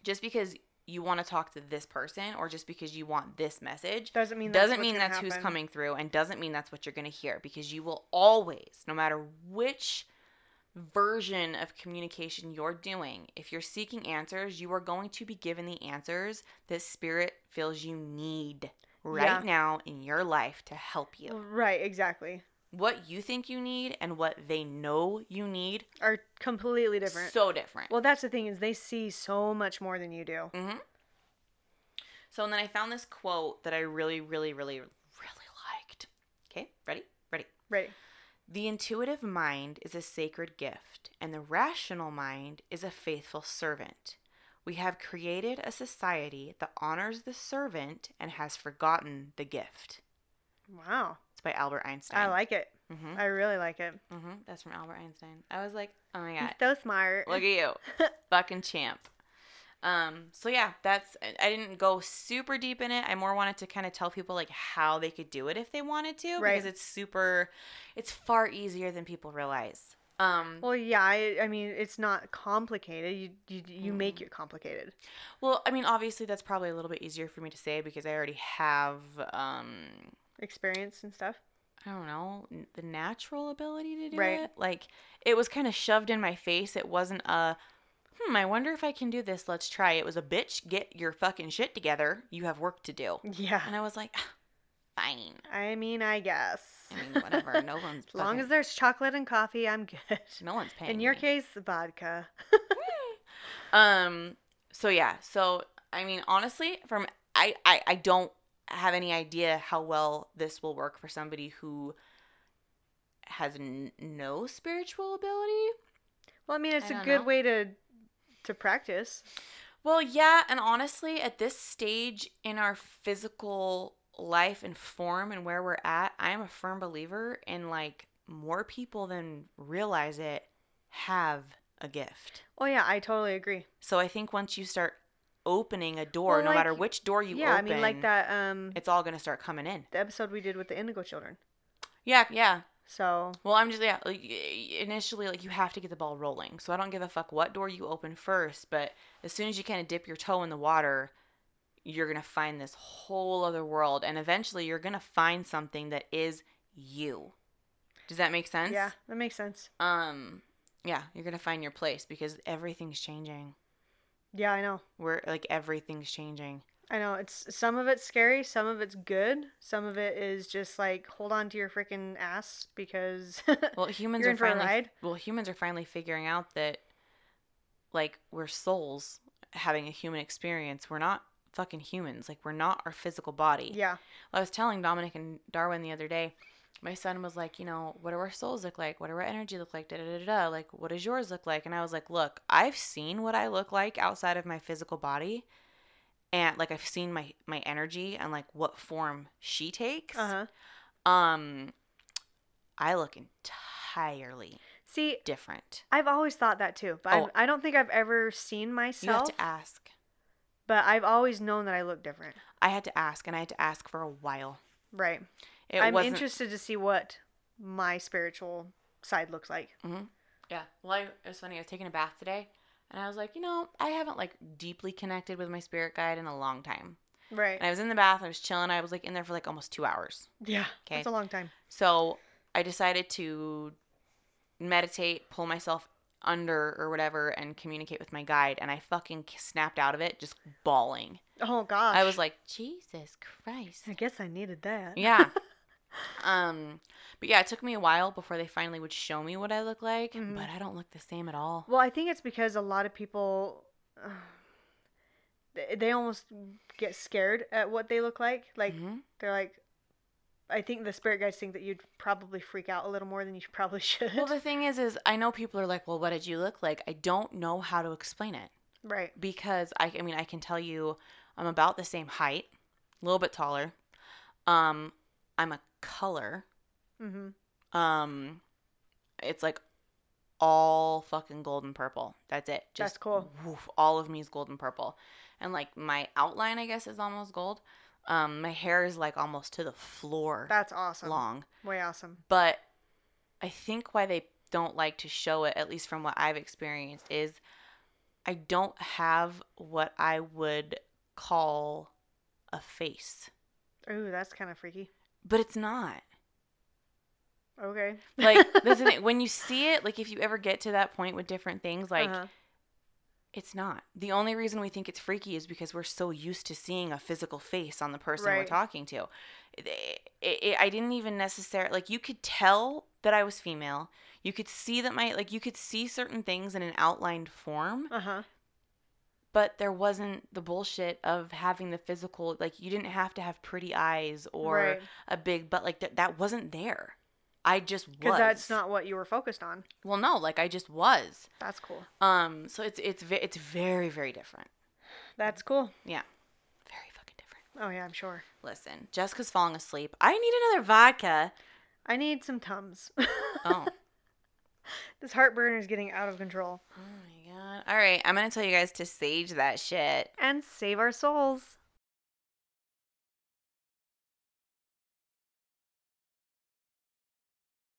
Speaker 1: Just because you want to talk to this person or just because you want this message
Speaker 2: doesn't mean that's
Speaker 1: doesn't
Speaker 2: what's
Speaker 1: mean
Speaker 2: gonna
Speaker 1: that's who's
Speaker 2: happen.
Speaker 1: coming through and doesn't mean that's what you're going to hear because you will always, no matter which version of communication you're doing. If you're seeking answers, you are going to be given the answers that spirit feels you need right
Speaker 2: Yeah. Mm.
Speaker 1: now in your life to help you.
Speaker 2: Right, exactly.
Speaker 1: What you think you need and what they know you need
Speaker 2: Are completely different.
Speaker 1: so different.
Speaker 2: well, that's the thing is they see so much more than you do.
Speaker 1: hmm So, and then I found this quote that I really, really, really, really liked. Okay, ready? Ready.
Speaker 2: Right.
Speaker 1: The intuitive mind is a sacred gift, and the rational mind is a faithful servant. We have created a society that honors the servant and has forgotten the gift.
Speaker 2: Wow.
Speaker 1: It's by Albert Einstein.
Speaker 2: I like it.
Speaker 1: hmm
Speaker 2: I really like it.
Speaker 1: hmm That's from Albert Einstein. I was like, oh my
Speaker 2: He's
Speaker 1: god,
Speaker 2: so smart.
Speaker 1: look at you, fucking champ. Um, so yeah, that's. I- I didn't go super deep in it. I more wanted to kind of tell people like how they could do it if they wanted to,
Speaker 2: Right.
Speaker 1: because it's super, it's far easier than people realize. Um,
Speaker 2: well, yeah. I, I mean, it's not complicated. You you, you
Speaker 1: Mm.
Speaker 2: make it complicated.
Speaker 1: Well, I mean, obviously, that's probably a little bit easier for me to say because I already have, um,
Speaker 2: Experience and stuff.
Speaker 1: I don't know, n- the natural ability to do
Speaker 2: Right.
Speaker 1: it. Like, it was kind of shoved in my face. It wasn't a, hmm, I wonder if I can do this. Let's try. It was a bitch, get your fucking shit together. You have work to do.
Speaker 2: Yeah.
Speaker 1: And I was like, "Ah, fine.
Speaker 2: I mean, I guess.
Speaker 1: Uh, I mean, whatever. No one's
Speaker 2: as long
Speaker 1: fucking-
Speaker 2: as there's chocolate and coffee, I'm good.
Speaker 1: no one's paying.
Speaker 2: In your
Speaker 1: me.
Speaker 2: case, vodka.
Speaker 1: um so yeah so i mean honestly from I, I i don't have any idea how well this will work for somebody who has n- no spiritual ability
Speaker 2: Well, I mean, it's a
Speaker 1: don't
Speaker 2: good
Speaker 1: know.
Speaker 2: way to to practice.
Speaker 1: well yeah and honestly at this stage in our physical life and form and where we're at i am a firm believer in like more people than realize it have a gift
Speaker 2: Oh yeah, I totally agree.
Speaker 1: so i think once you start opening a door
Speaker 2: Well,
Speaker 1: no
Speaker 2: like-
Speaker 1: matter which door you
Speaker 2: yeah,
Speaker 1: open
Speaker 2: I mean, like that um
Speaker 1: it's all gonna start coming in.
Speaker 2: the episode we did with the Indigo Children.
Speaker 1: Yeah, yeah.
Speaker 2: So
Speaker 1: Well, I'm just yeah. Like, y- initially, like you have to get the ball rolling. So I don't give a fuck what door you open first, but as soon as you kind of dip your toe in the water, you're gonna find this whole other world, and eventually you're gonna find something that is you. Does that make sense?
Speaker 2: yeah, that makes sense.
Speaker 1: Um. Yeah, you're gonna find your place because everything's changing.
Speaker 2: Yeah, I know.
Speaker 1: We're like everything's changing.
Speaker 2: I know. It's some of it's scary, some of it's good, some of it is just like hold on to your freaking ass because
Speaker 1: Well, humans
Speaker 2: You're
Speaker 1: are
Speaker 2: in for a
Speaker 1: finally
Speaker 2: ride.
Speaker 1: well, humans are finally figuring out that like we're souls having a human experience. We're not fucking humans. Like we're not our physical body.
Speaker 2: yeah,
Speaker 1: I was telling Dominic and Darwin the other day, my son was like, you know, what do our souls look like? What do our energy look like? Da da da da. Like, what does yours look like? And I was like, look, I've seen what I look like outside of my physical body, and like I've seen my my energy and like what form she takes.
Speaker 2: uh huh.
Speaker 1: Um, I look entirely
Speaker 2: See,
Speaker 1: different.
Speaker 2: I've always thought that too, but
Speaker 1: Oh.
Speaker 2: I've- I don't think I've ever seen
Speaker 1: You have
Speaker 2: myself.
Speaker 1: to ask.
Speaker 2: But I've always known that I look different.
Speaker 1: I had to ask, and I had to ask for a while.
Speaker 2: Right.
Speaker 1: It
Speaker 2: I'm
Speaker 1: wasn't.
Speaker 2: interested to see what my spiritual side looks like.
Speaker 1: yeah. Well, I, it was funny. I was taking a bath today, and I was like, you know, I haven't like deeply connected with my spirit guide in a long time.
Speaker 2: Right.
Speaker 1: And I was in the bath. I was chilling. I was like in there for like almost two hours.
Speaker 2: yeah.
Speaker 1: Okay.
Speaker 2: That's a long time.
Speaker 1: So I decided to meditate, pull myself under or whatever, and communicate with my guide. And I fucking snapped out of it, just bawling.
Speaker 2: Oh gosh.
Speaker 1: I was like, Jesus Christ.
Speaker 2: I guess I needed that.
Speaker 1: Yeah. um, but yeah, it took me a while before they finally would show me what I look like,
Speaker 2: Mhm.
Speaker 1: but I don't look the same at all.
Speaker 2: Well, I think it's because a lot of people uh, they- they almost get scared at what they look like. Like
Speaker 1: Mhm.
Speaker 2: they're like I think the spirit guides think that you'd probably freak out a little more than you probably should.
Speaker 1: Well, the thing is, is I know people are like, "Well, what did you look like?" I don't know how to explain it
Speaker 2: right.
Speaker 1: because I, I mean, I can tell you, I'm about the same height, a little bit taller. Um, I'm a color.
Speaker 2: Mhm.
Speaker 1: Um, it's like all fucking golden purple. That's it.
Speaker 2: That's cool.
Speaker 1: woof, all of me is golden purple, and like my outline, I guess, is almost gold. Um, my hair is like almost to the floor
Speaker 2: That's awesome.
Speaker 1: long,
Speaker 2: Way awesome.
Speaker 1: but I think why they don't like to show it, at least from what I've experienced, is I don't have what I would call a face,
Speaker 2: Ooh, that's kind of freaky.
Speaker 1: but it's not.
Speaker 2: Okay.
Speaker 1: Like that's the thing. When you see it, like if you ever get to that point with different things, like
Speaker 2: Uh-huh.
Speaker 1: it's not. The only reason we think it's freaky is because we're so used to seeing a physical face on the person we're
Speaker 2: Right.
Speaker 1: talking to. It, it, it, I didn't even necessarily like you could tell that I was female. You could see that my like you could see certain things in an outlined form,
Speaker 2: uh-huh.
Speaker 1: but there wasn't the bullshit of having the physical like you didn't have to have pretty eyes or
Speaker 2: right.
Speaker 1: a big butt like that that wasn't there. I just was.
Speaker 2: Because that's not what you were focused on.
Speaker 1: Well, no, like I just was.
Speaker 2: That's cool.
Speaker 1: Um, so it's it's ve- it's very very different,
Speaker 2: That's cool.
Speaker 1: very fucking different.
Speaker 2: Oh yeah, I'm sure.
Speaker 1: Listen, Jessica's falling asleep. I need another vodka.
Speaker 2: I need some tums.
Speaker 1: Oh.
Speaker 2: this heartburn is getting out of control.
Speaker 1: oh my god! All right, I'm gonna tell you guys to sage that shit.
Speaker 2: And save our souls.